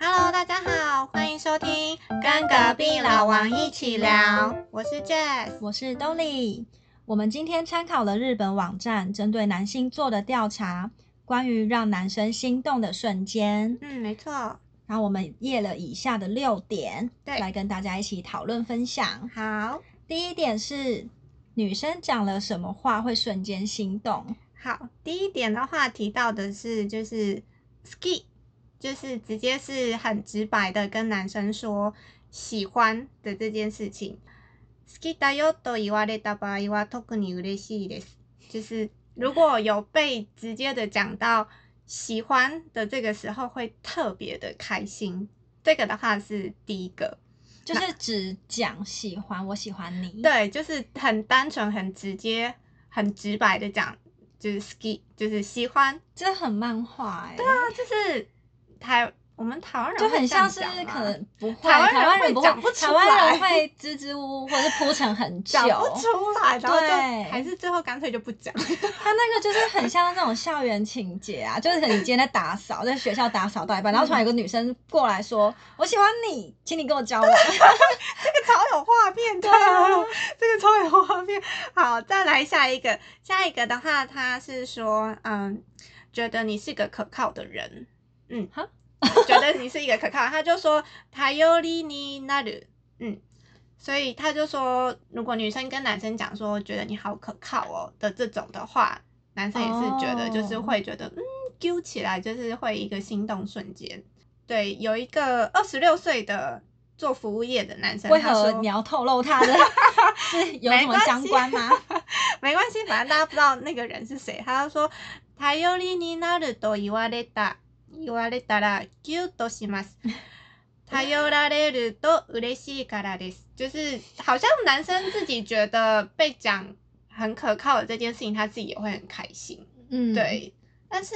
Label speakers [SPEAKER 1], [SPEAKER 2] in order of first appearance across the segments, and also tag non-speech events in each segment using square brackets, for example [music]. [SPEAKER 1] 大家好，欢迎收听《跟隔壁老王一起聊》，我是 Jess。
[SPEAKER 2] 我是 Dolly。我们今天参考了日本网站针对男性做的调查，关于让男生心动的瞬间。
[SPEAKER 1] 嗯，没错。
[SPEAKER 2] 然后我们列了以下的六点，
[SPEAKER 1] 对
[SPEAKER 2] 来跟大家一起讨论分享。
[SPEAKER 1] 好，
[SPEAKER 2] 第一点是女生讲了什么话会瞬间心动？
[SPEAKER 1] 好，第一点的话提到的是就是 ski，就是直接是很直白的跟男生说喜欢的这件事情。ski だよと言われた場合は特に嬉しいです。就是如果有被直接的讲到喜欢的这个时候，会特别的开心。这个的话是第一个。
[SPEAKER 2] 就是只讲喜欢，我喜欢你。，
[SPEAKER 1] 对，就是很单纯、很直接、很直白的讲，就是 ski，就是喜欢，
[SPEAKER 2] 这很漫画哎、
[SPEAKER 1] 那就是台我们台啊湾人
[SPEAKER 2] 就
[SPEAKER 1] 会
[SPEAKER 2] 很
[SPEAKER 1] 这样
[SPEAKER 2] 像是
[SPEAKER 1] 讲
[SPEAKER 2] 可
[SPEAKER 1] 吗
[SPEAKER 2] 能不会，
[SPEAKER 1] 台湾人
[SPEAKER 2] 台湾
[SPEAKER 1] 会
[SPEAKER 2] 人不
[SPEAKER 1] 讲不
[SPEAKER 2] 会，
[SPEAKER 1] 出
[SPEAKER 2] 台湾
[SPEAKER 1] 来
[SPEAKER 2] 人会支支吾吾，或是铺陈很久。
[SPEAKER 1] 讲不出来，然后就
[SPEAKER 2] 对
[SPEAKER 1] 还是最后干脆就不讲。
[SPEAKER 2] 他那个就是很像那种校园情节啊， [laughs] 就是你今天在打扫，在学校打扫到一半，
[SPEAKER 1] 嗯
[SPEAKER 2] 然后突然有个女生过来说：“我喜欢你，请你跟我
[SPEAKER 1] [laughs]
[SPEAKER 2] 交往。
[SPEAKER 1] 这个超有画面
[SPEAKER 2] [laughs]
[SPEAKER 1] 的，
[SPEAKER 2] 对啊
[SPEAKER 1] 这个超有画面。好，再来下一个，下一个的话，他是说，嗯，觉得你是个可靠的人，嗯
[SPEAKER 2] 哈，
[SPEAKER 1] 觉得你是一个可靠，他就说他有理你那里，嗯。所以他就说，如果女生跟男生讲说觉得你好可靠哦的这种的话，男生也是觉得就是
[SPEAKER 2] 哦
[SPEAKER 1] 会觉得、嗯揪起来，就是会一个心动瞬间。对，有一个二十六岁的做服务业的男”生，
[SPEAKER 2] [laughs] 为
[SPEAKER 1] 他说
[SPEAKER 2] 何你要透露他
[SPEAKER 1] [laughs]
[SPEAKER 2] 的是有什么相关吗？
[SPEAKER 1] 没关系，反正大家不知道那个人是谁。他就说，頼りになると言われた、言われたらキュッとし
[SPEAKER 2] [laughs]
[SPEAKER 1] ます。頼られると嬉しいからです。就是好像男生自己觉得被讲很可靠的这件事情，他自己也会很开心。
[SPEAKER 2] 嗯，，
[SPEAKER 1] 对，但是、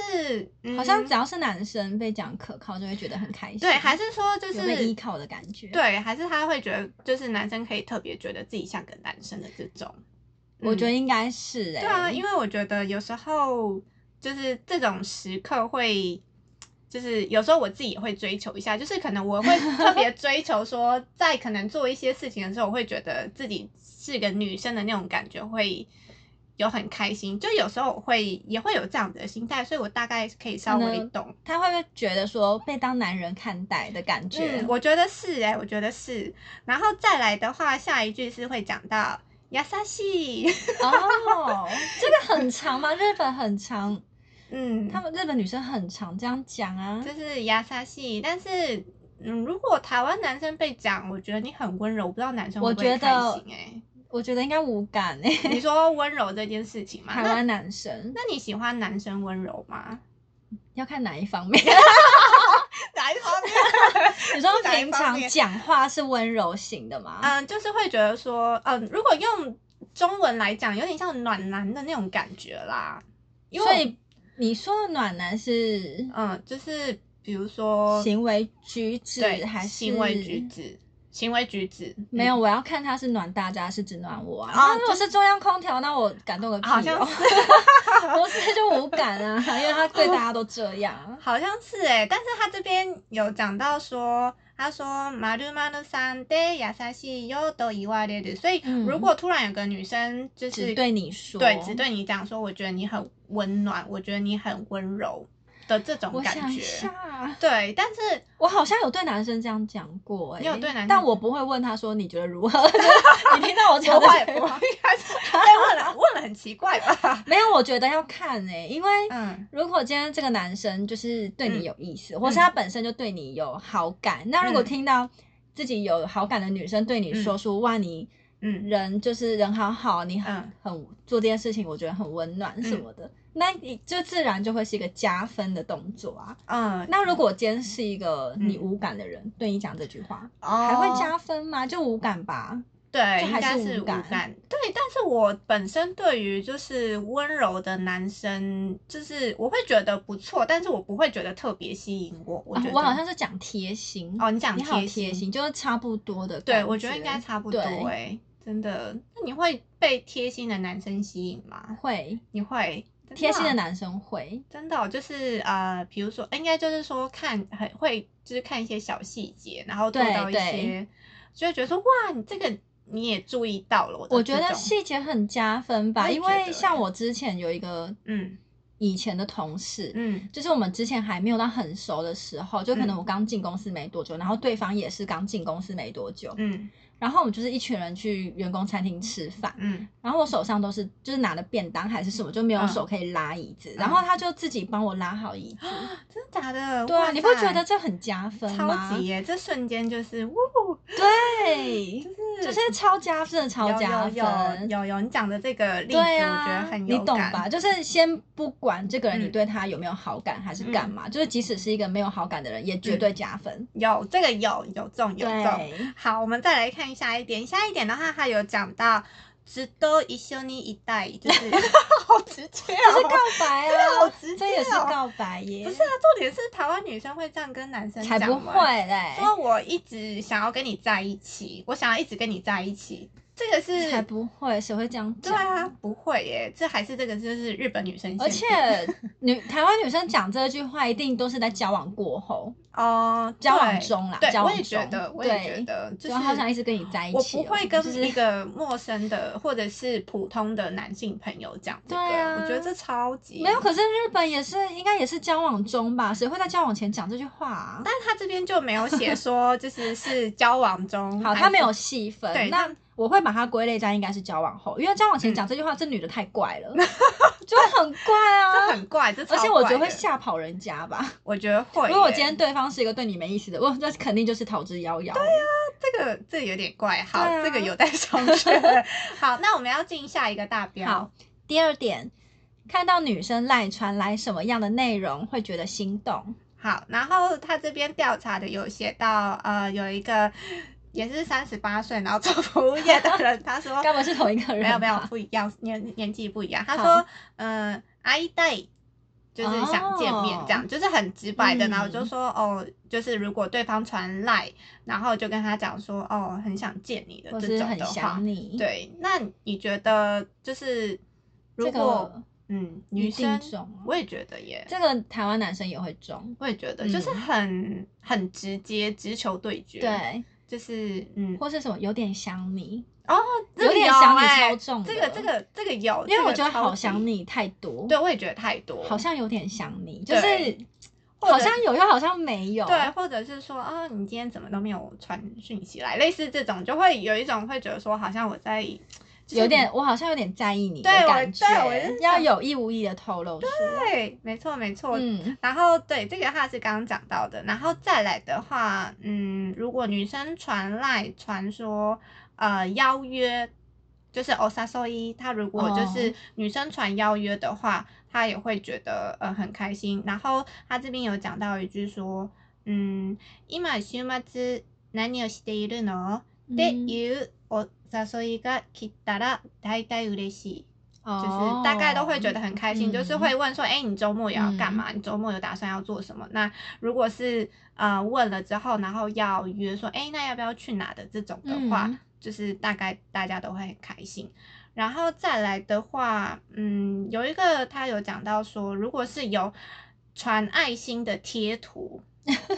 [SPEAKER 1] 嗯
[SPEAKER 2] 好像只要是男生被讲可靠，就会觉得很开心。
[SPEAKER 1] 对，还是说就
[SPEAKER 2] 有被
[SPEAKER 1] 是
[SPEAKER 2] 依靠的感觉。，
[SPEAKER 1] 对，还是他会觉得就是男生可以特别觉得自己像个男生的这种。
[SPEAKER 2] 我
[SPEAKER 1] 嗯
[SPEAKER 2] 觉得应该是哎、
[SPEAKER 1] 对啊，因
[SPEAKER 2] 为
[SPEAKER 1] 为我觉得有时候就是这种时刻会，就是有时候我自己也会追求一下，就是可能我
[SPEAKER 2] [laughs]
[SPEAKER 1] 会特别追求说，在可能做一些事情的时候，我会觉得自己是个女生的那种感觉会。有很开心，就有时候我会也会有这样子的心态，所以我大概可以稍微
[SPEAKER 2] 嗯
[SPEAKER 1] 懂。
[SPEAKER 2] 他会不会觉得说被当男人看待的感觉？
[SPEAKER 1] 嗯，我觉得是哎、我觉得是。然后再来的话，下一句是会讲到亚萨
[SPEAKER 2] [laughs]
[SPEAKER 1] 西，
[SPEAKER 2] [laughs] 哦，这个很长吗？日本很长。
[SPEAKER 1] 嗯，
[SPEAKER 2] 他们日本女生很常这样讲啊，
[SPEAKER 1] 就是牙沙系，但是嗯，如果台湾男生被讲，我觉得你很温柔，我不知道男生会
[SPEAKER 2] 我
[SPEAKER 1] 不会
[SPEAKER 2] 觉
[SPEAKER 1] 开
[SPEAKER 2] 得
[SPEAKER 1] 心
[SPEAKER 2] [laughs]
[SPEAKER 1] 哎、
[SPEAKER 2] 我觉得应该无
[SPEAKER 1] [laughs]
[SPEAKER 2] 感哎、
[SPEAKER 1] 你说温柔这件事情嘛，
[SPEAKER 2] 台
[SPEAKER 1] 那
[SPEAKER 2] 湾男生
[SPEAKER 1] 那你喜欢男生温柔吗？
[SPEAKER 2] 要看哪一方
[SPEAKER 1] [laughs]
[SPEAKER 2] 面？
[SPEAKER 1] 哪一方面？
[SPEAKER 2] 你说
[SPEAKER 1] 哪一
[SPEAKER 2] 平
[SPEAKER 1] 方
[SPEAKER 2] 常
[SPEAKER 1] 面
[SPEAKER 2] 讲话是温柔型的吗？
[SPEAKER 1] [laughs] 嗯，就是会觉得说，嗯，如果用中文来讲，有点像暖男的那种感觉啦。因为
[SPEAKER 2] 所以你说的暖男是
[SPEAKER 1] 嗯，就是比如说
[SPEAKER 2] 行为举止
[SPEAKER 1] 哦对
[SPEAKER 2] 还是
[SPEAKER 1] 行为举？止，行为举止
[SPEAKER 2] 没
[SPEAKER 1] 嗯
[SPEAKER 2] 有，我要看他是暖大家，是只暖我啊。
[SPEAKER 1] 哦
[SPEAKER 2] 那如果
[SPEAKER 1] 就是
[SPEAKER 2] 中央空调，那我感动个屁、哦！
[SPEAKER 1] 好像 [laughs]
[SPEAKER 2] [laughs] 不是就无感啊，因为他对大家都这样啊。
[SPEAKER 1] 好像是哎、但是他这边有讲到说，他说马鲁马鲁三对亚萨西又都一万列的，所以
[SPEAKER 2] 嗯
[SPEAKER 1] 如果突然有个女生就是
[SPEAKER 2] 只对你说，
[SPEAKER 1] 对只对你讲说，我觉得你很温暖，我觉得你很温柔的这种
[SPEAKER 2] 我
[SPEAKER 1] 感
[SPEAKER 2] 想一
[SPEAKER 1] 觉，
[SPEAKER 2] 下，
[SPEAKER 1] 对，但 [laughs] 是
[SPEAKER 2] 我好像有对男生这样讲过、欸，
[SPEAKER 1] 你有对男生
[SPEAKER 2] 但我不会问他说你觉得如何。就是你听到我讲
[SPEAKER 1] 我
[SPEAKER 2] 这
[SPEAKER 1] 话也
[SPEAKER 2] 些
[SPEAKER 1] 不
[SPEAKER 2] 话，
[SPEAKER 1] 应该是被问了，问了很奇怪吧？
[SPEAKER 2] 没有，我觉得要看哎、因为
[SPEAKER 1] [laughs] 嗯
[SPEAKER 2] 如果今天这个男生就是对
[SPEAKER 1] 嗯
[SPEAKER 2] 你有意思，或是他本身就对你有好感，那如果
[SPEAKER 1] 嗯
[SPEAKER 2] 听到自己有好感的女生对你说出、哇你
[SPEAKER 1] 嗯，
[SPEAKER 2] 人就是人好好，你很、
[SPEAKER 1] 嗯
[SPEAKER 2] 很做这件事情，我觉得很温暖什么的。那你就自然就会是一个加分的动作啊。
[SPEAKER 1] 嗯，
[SPEAKER 2] 那如果今天是一个你
[SPEAKER 1] 嗯
[SPEAKER 2] 无感的人、对你讲这句话，
[SPEAKER 1] 还
[SPEAKER 2] 还会加分吗？就无感吧。
[SPEAKER 1] 对，
[SPEAKER 2] 就
[SPEAKER 1] 应
[SPEAKER 2] 还
[SPEAKER 1] 该
[SPEAKER 2] 是
[SPEAKER 1] 是
[SPEAKER 2] 无感 [laughs]
[SPEAKER 1] 对，但是我本身对于就是温柔的男生，就是我会觉得不错，但是我不会觉得特别吸引我。我
[SPEAKER 2] 啊
[SPEAKER 1] 觉得、
[SPEAKER 2] 我好像是讲贴心
[SPEAKER 1] 哦，你讲
[SPEAKER 2] 你好
[SPEAKER 1] 贴
[SPEAKER 2] 贴心，就是差不多的感
[SPEAKER 1] 对我觉得应该差不多
[SPEAKER 2] 对
[SPEAKER 1] 哎、真的。那你会被贴心的男生吸引吗？
[SPEAKER 2] 会，
[SPEAKER 1] 你会？真的
[SPEAKER 2] 贴心的
[SPEAKER 1] 啊
[SPEAKER 2] 男生会，
[SPEAKER 1] 真的哦、就是呃，比如说，应该就是说看很会，就是看一些小细节，然后做
[SPEAKER 2] 对
[SPEAKER 1] 到一
[SPEAKER 2] 对
[SPEAKER 1] 些，就会觉得说哇，你这个你也注意到了我的
[SPEAKER 2] 我
[SPEAKER 1] 这
[SPEAKER 2] 觉得
[SPEAKER 1] 种
[SPEAKER 2] 细节很加分吧，
[SPEAKER 1] 我也
[SPEAKER 2] 因
[SPEAKER 1] 觉得
[SPEAKER 2] 为像
[SPEAKER 1] 欸
[SPEAKER 2] 我之前有一个
[SPEAKER 1] 嗯
[SPEAKER 2] 以前的同事，
[SPEAKER 1] 嗯
[SPEAKER 2] 就是我们之前还没有到很熟的时候，就可能
[SPEAKER 1] 嗯
[SPEAKER 2] 我刚进公司没多久，然后对方也是刚进公司没多久，
[SPEAKER 1] 嗯
[SPEAKER 2] 然后我们就是一群人去员工餐厅吃饭，
[SPEAKER 1] 嗯
[SPEAKER 2] 然后我手上都是就是拿了便当还是什么，就没有
[SPEAKER 1] 嗯
[SPEAKER 2] 手可以拉椅子，然后他就自己帮我拉好椅子，
[SPEAKER 1] 真的假的？
[SPEAKER 2] 对啊，
[SPEAKER 1] 啊哇
[SPEAKER 2] 你不觉
[SPEAKER 1] 塞
[SPEAKER 2] 得这很加分吗？
[SPEAKER 1] 超级耶？这瞬间就是呜，
[SPEAKER 2] 对，
[SPEAKER 1] 就
[SPEAKER 2] 就是超加分，真的超
[SPEAKER 1] 有
[SPEAKER 2] 加
[SPEAKER 1] 有
[SPEAKER 2] 分。
[SPEAKER 1] 有有有，你讲的这个例子，
[SPEAKER 2] 对
[SPEAKER 1] 我觉得
[SPEAKER 2] 啊，
[SPEAKER 1] 很
[SPEAKER 2] 你
[SPEAKER 1] 有
[SPEAKER 2] 懂
[SPEAKER 1] 感
[SPEAKER 2] 吧？？就是先不管这个人你
[SPEAKER 1] 嗯
[SPEAKER 2] 对他有没有好感还是干嘛，就是即使是一个没有好感的人，也绝对加分。
[SPEAKER 1] 有这个有有中嗯有中。
[SPEAKER 2] 对，
[SPEAKER 1] 好，我们再来看下一点，下一点的话，它有讲到。只都一修你一代，就是
[SPEAKER 2] [laughs]
[SPEAKER 1] 好直接哦，
[SPEAKER 2] 这是告白
[SPEAKER 1] 真的好
[SPEAKER 2] 啊，
[SPEAKER 1] 直接
[SPEAKER 2] 这也是
[SPEAKER 1] 哦
[SPEAKER 2] 告白耶，
[SPEAKER 1] 不是啊，重点是台湾女生会这样跟男生
[SPEAKER 2] 才
[SPEAKER 1] 讲
[SPEAKER 2] 不
[SPEAKER 1] 吗
[SPEAKER 2] 会，嘞，
[SPEAKER 1] 说我一直想要跟你在一起，我想要一直跟你在一起，这个是
[SPEAKER 2] 才不会，谁会这样
[SPEAKER 1] 对
[SPEAKER 2] 讲？
[SPEAKER 1] 啊，不会耶，这还是这个就是日本女生限定，
[SPEAKER 2] 而且女台湾女生讲这句话，一定都是在交往过后，
[SPEAKER 1] 哦，
[SPEAKER 2] 交往
[SPEAKER 1] 对
[SPEAKER 2] 中啦，
[SPEAKER 1] 对
[SPEAKER 2] 交，
[SPEAKER 1] 我
[SPEAKER 2] 往
[SPEAKER 1] 也
[SPEAKER 2] 中，
[SPEAKER 1] 觉得，我也觉
[SPEAKER 2] 对，
[SPEAKER 1] 得，就是
[SPEAKER 2] 我好想一直跟你在一
[SPEAKER 1] 我
[SPEAKER 2] 起哦
[SPEAKER 1] 不会
[SPEAKER 2] 就
[SPEAKER 1] 跟
[SPEAKER 2] 是
[SPEAKER 1] 一个陌生的或者是普通的男性朋友讲这个，
[SPEAKER 2] 对啊
[SPEAKER 1] 我觉得这超级
[SPEAKER 2] 没有，。可是日本也是，应该也是交往中吧？谁会在交往前讲这句话、啊？，
[SPEAKER 1] 但他这边就没有写说，就是是交往中
[SPEAKER 2] 好，他没有细分。
[SPEAKER 1] 对
[SPEAKER 2] 那
[SPEAKER 1] 那
[SPEAKER 2] 我会把它归类在应该是交往后，因为交往前
[SPEAKER 1] 嗯
[SPEAKER 2] 讲这句话，这女的太怪
[SPEAKER 1] [laughs]
[SPEAKER 2] 了，就很怪
[SPEAKER 1] 这
[SPEAKER 2] 啊。
[SPEAKER 1] 很怪，这
[SPEAKER 2] 而且
[SPEAKER 1] 超
[SPEAKER 2] 我觉得
[SPEAKER 1] 怪
[SPEAKER 2] 会
[SPEAKER 1] 的
[SPEAKER 2] 吓跑人家吧。
[SPEAKER 1] 我觉得会耶。
[SPEAKER 2] 如果今天对方是一个对你没意思的，哇，那肯定就是逃之夭夭。对啊，
[SPEAKER 1] 这个这有点怪，好，
[SPEAKER 2] 对啊
[SPEAKER 1] 这个有待商榷。 [laughs] 好，那我们要进下一个大标。
[SPEAKER 2] 好，第二点，看到女生赖传来什么样的内容会觉得心动？
[SPEAKER 1] 好，然后他这边调查的有写到，呃，有一个也是三十八岁，然后做服务业的人，他说
[SPEAKER 2] 该不会是同一个人啊吧？
[SPEAKER 1] 没有没有
[SPEAKER 2] [laughs]
[SPEAKER 1] 不一样，年年纪不一样。他
[SPEAKER 2] 好
[SPEAKER 1] 说，嗯，阿姨带。就是想见面
[SPEAKER 2] 哦
[SPEAKER 1] 这样就是很直白的，
[SPEAKER 2] 嗯
[SPEAKER 1] 然后就说哦，就是如果对方传赖，然后就跟他讲说哦，很想见你的
[SPEAKER 2] 我
[SPEAKER 1] 这
[SPEAKER 2] 是
[SPEAKER 1] 种
[SPEAKER 2] 很
[SPEAKER 1] 的话
[SPEAKER 2] 想，你。，
[SPEAKER 1] 对，那你觉得就是如
[SPEAKER 2] 这
[SPEAKER 1] 果、
[SPEAKER 2] 个
[SPEAKER 1] 嗯
[SPEAKER 2] 一
[SPEAKER 1] 女
[SPEAKER 2] 定
[SPEAKER 1] 生
[SPEAKER 2] 中啊
[SPEAKER 1] 我也觉得耶，
[SPEAKER 2] 这个台湾男生也会中。
[SPEAKER 1] 我也觉得就是
[SPEAKER 2] 嗯
[SPEAKER 1] 很、很直接，直球对决，，
[SPEAKER 2] 对，
[SPEAKER 1] 就是嗯，
[SPEAKER 2] 或是什么有点想你，
[SPEAKER 1] 这个
[SPEAKER 2] 有点
[SPEAKER 1] 有
[SPEAKER 2] 想你
[SPEAKER 1] 欸
[SPEAKER 2] 超重的
[SPEAKER 1] 这个这个这个有，
[SPEAKER 2] 因为
[SPEAKER 1] 这
[SPEAKER 2] 我
[SPEAKER 1] 个
[SPEAKER 2] 觉得
[SPEAKER 1] 超
[SPEAKER 2] 好
[SPEAKER 1] 级
[SPEAKER 2] 想，你太多，
[SPEAKER 1] 对，我也觉得太多，
[SPEAKER 2] 好像有点想你，就是
[SPEAKER 1] 对或者
[SPEAKER 2] 好像有又好像没有，
[SPEAKER 1] 对，或者是说啊，你今天怎么都没有传讯息来，类似这种就会有一种会觉得说好像我在。就是
[SPEAKER 2] 有点我好像有点在意你的
[SPEAKER 1] 对我
[SPEAKER 2] 感觉
[SPEAKER 1] 对我就是，
[SPEAKER 2] 要
[SPEAKER 1] 想
[SPEAKER 2] 有意无意的透露出来，
[SPEAKER 1] 对，没错没错，
[SPEAKER 2] 嗯，
[SPEAKER 1] 然后对这个话是刚刚讲到的，然后再来的话，嗯，如果女生传赖传说，呃，邀约，就是哦 o s a s o 她如果就是
[SPEAKER 2] 哦
[SPEAKER 1] 女生传邀约的话，她也会觉得呃很开心。然后她这边有讲到一句说，嗯，今週末何をしているの？って
[SPEAKER 2] 嗯
[SPEAKER 1] いうお誘いが来たら大体嬉しい。就是
[SPEAKER 2] 哦
[SPEAKER 1] 大概都会觉得很开心，就是
[SPEAKER 2] 嗯
[SPEAKER 1] 会问说，哎、你周末也要干嘛？你周末有打算要做什么？那如果是呃问了之后，然后要约说，哎、那要不要去哪的这种的话，
[SPEAKER 2] 嗯
[SPEAKER 1] 就是大概大家都会很开心。然后再来的话，嗯，有一个他有讲到说，如果是有传爱心的贴图，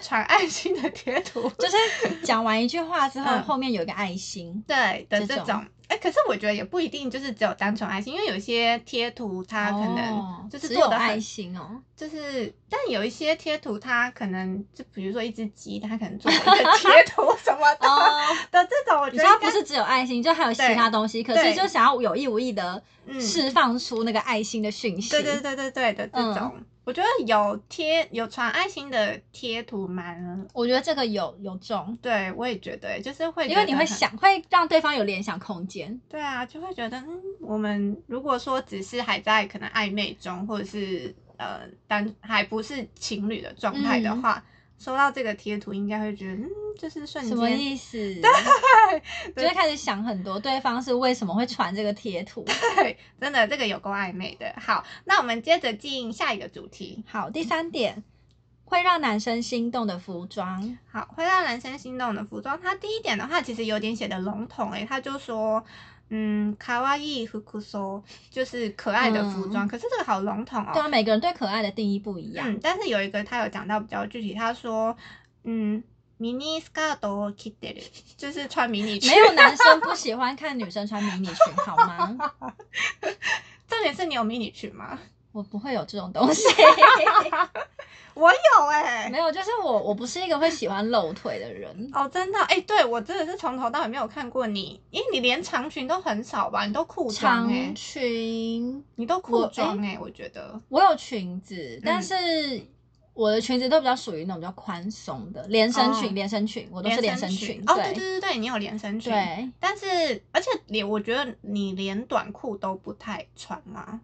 [SPEAKER 1] 传爱心的贴
[SPEAKER 2] [laughs]
[SPEAKER 1] 图，
[SPEAKER 2] [laughs] 就是讲完一句话之后，
[SPEAKER 1] 嗯
[SPEAKER 2] 后面有一个爱心，
[SPEAKER 1] 对的
[SPEAKER 2] 这
[SPEAKER 1] 这
[SPEAKER 2] 种
[SPEAKER 1] 种。哎、可是我觉得也不一定就是只有单纯爱心，因为有些贴图它可
[SPEAKER 2] 哦
[SPEAKER 1] 能就是
[SPEAKER 2] 只
[SPEAKER 1] 做
[SPEAKER 2] 有
[SPEAKER 1] 的
[SPEAKER 2] 爱
[SPEAKER 1] 很
[SPEAKER 2] 心哦，
[SPEAKER 1] 就是，但有一些贴图，它可能就比如说一只鸡，它可能做了一个贴
[SPEAKER 2] [laughs]
[SPEAKER 1] 图什么的、
[SPEAKER 2] [laughs] 哦。
[SPEAKER 1] 的这种，我觉
[SPEAKER 2] 你
[SPEAKER 1] 得
[SPEAKER 2] 知道
[SPEAKER 1] 应
[SPEAKER 2] 不
[SPEAKER 1] 该
[SPEAKER 2] 是只有爱心，就还有其
[SPEAKER 1] 对
[SPEAKER 2] 他东西，可
[SPEAKER 1] 对
[SPEAKER 2] 是就想要有意无意的
[SPEAKER 1] 嗯
[SPEAKER 2] 释放出那个爱心的讯息。
[SPEAKER 1] 对对对对对的这
[SPEAKER 2] 嗯
[SPEAKER 1] 种，我觉得有贴有传爱心的贴图蛮，
[SPEAKER 2] 我觉得这个有有中，
[SPEAKER 1] 对我也觉得欸就是会，
[SPEAKER 2] 因为你会，想，会让对方有联想空间。
[SPEAKER 1] 对啊，就会觉得嗯，我们如果说只是还在可能暧昧中，或者是呃单还不是情侣的状态的
[SPEAKER 2] 嗯
[SPEAKER 1] 话，收到这个贴图应该会觉得嗯，就是瞬
[SPEAKER 2] 什么
[SPEAKER 1] 间
[SPEAKER 2] 意 [laughs] 思？就会开始想很多，对方是为什么会传这个贴图？
[SPEAKER 1] 对，真的这个有够暧昧的。好，那我们接着进下一个主题。
[SPEAKER 2] [laughs] 好，第三点，会让男生心动的服装，
[SPEAKER 1] 好，会让男生心动的服装，它第一点的话其实有点写的笼统诶、欸，他就说，嗯，卡哇伊和酷搜就是可爱的服装，可是这个好笼统
[SPEAKER 2] 嗯对
[SPEAKER 1] 哦。
[SPEAKER 2] 啊，每个人对可爱的定义不一样。
[SPEAKER 1] 嗯，但是有一个他有讲到比较具体，他说，嗯，mini skirt を着てる，就是穿迷你裙。
[SPEAKER 2] 没有男生不喜欢看女生穿迷你裙，好吗？
[SPEAKER 1] 重点是你有迷你裙吗？
[SPEAKER 2] 我不会有这种东西， [laughs]
[SPEAKER 1] 我有哎、
[SPEAKER 2] 没有，就是我我不是一个会喜欢露腿的人。
[SPEAKER 1] 哦，真的，哎、对我真的是从头到尾没有看过你，因为你连长裙都很少吧，你都裤装哎
[SPEAKER 2] 长，裙，
[SPEAKER 1] 你都裤装哎，我觉得，嗯
[SPEAKER 2] 我有裙子，但是我的裙子都比较属于那种比较宽松的连身
[SPEAKER 1] 哦
[SPEAKER 2] 裙，连身裙，我都是连身裙。
[SPEAKER 1] 哦，对对对对，你有连身裙，
[SPEAKER 2] 对，
[SPEAKER 1] 但是而且连我觉得你连短裤都不太穿吗？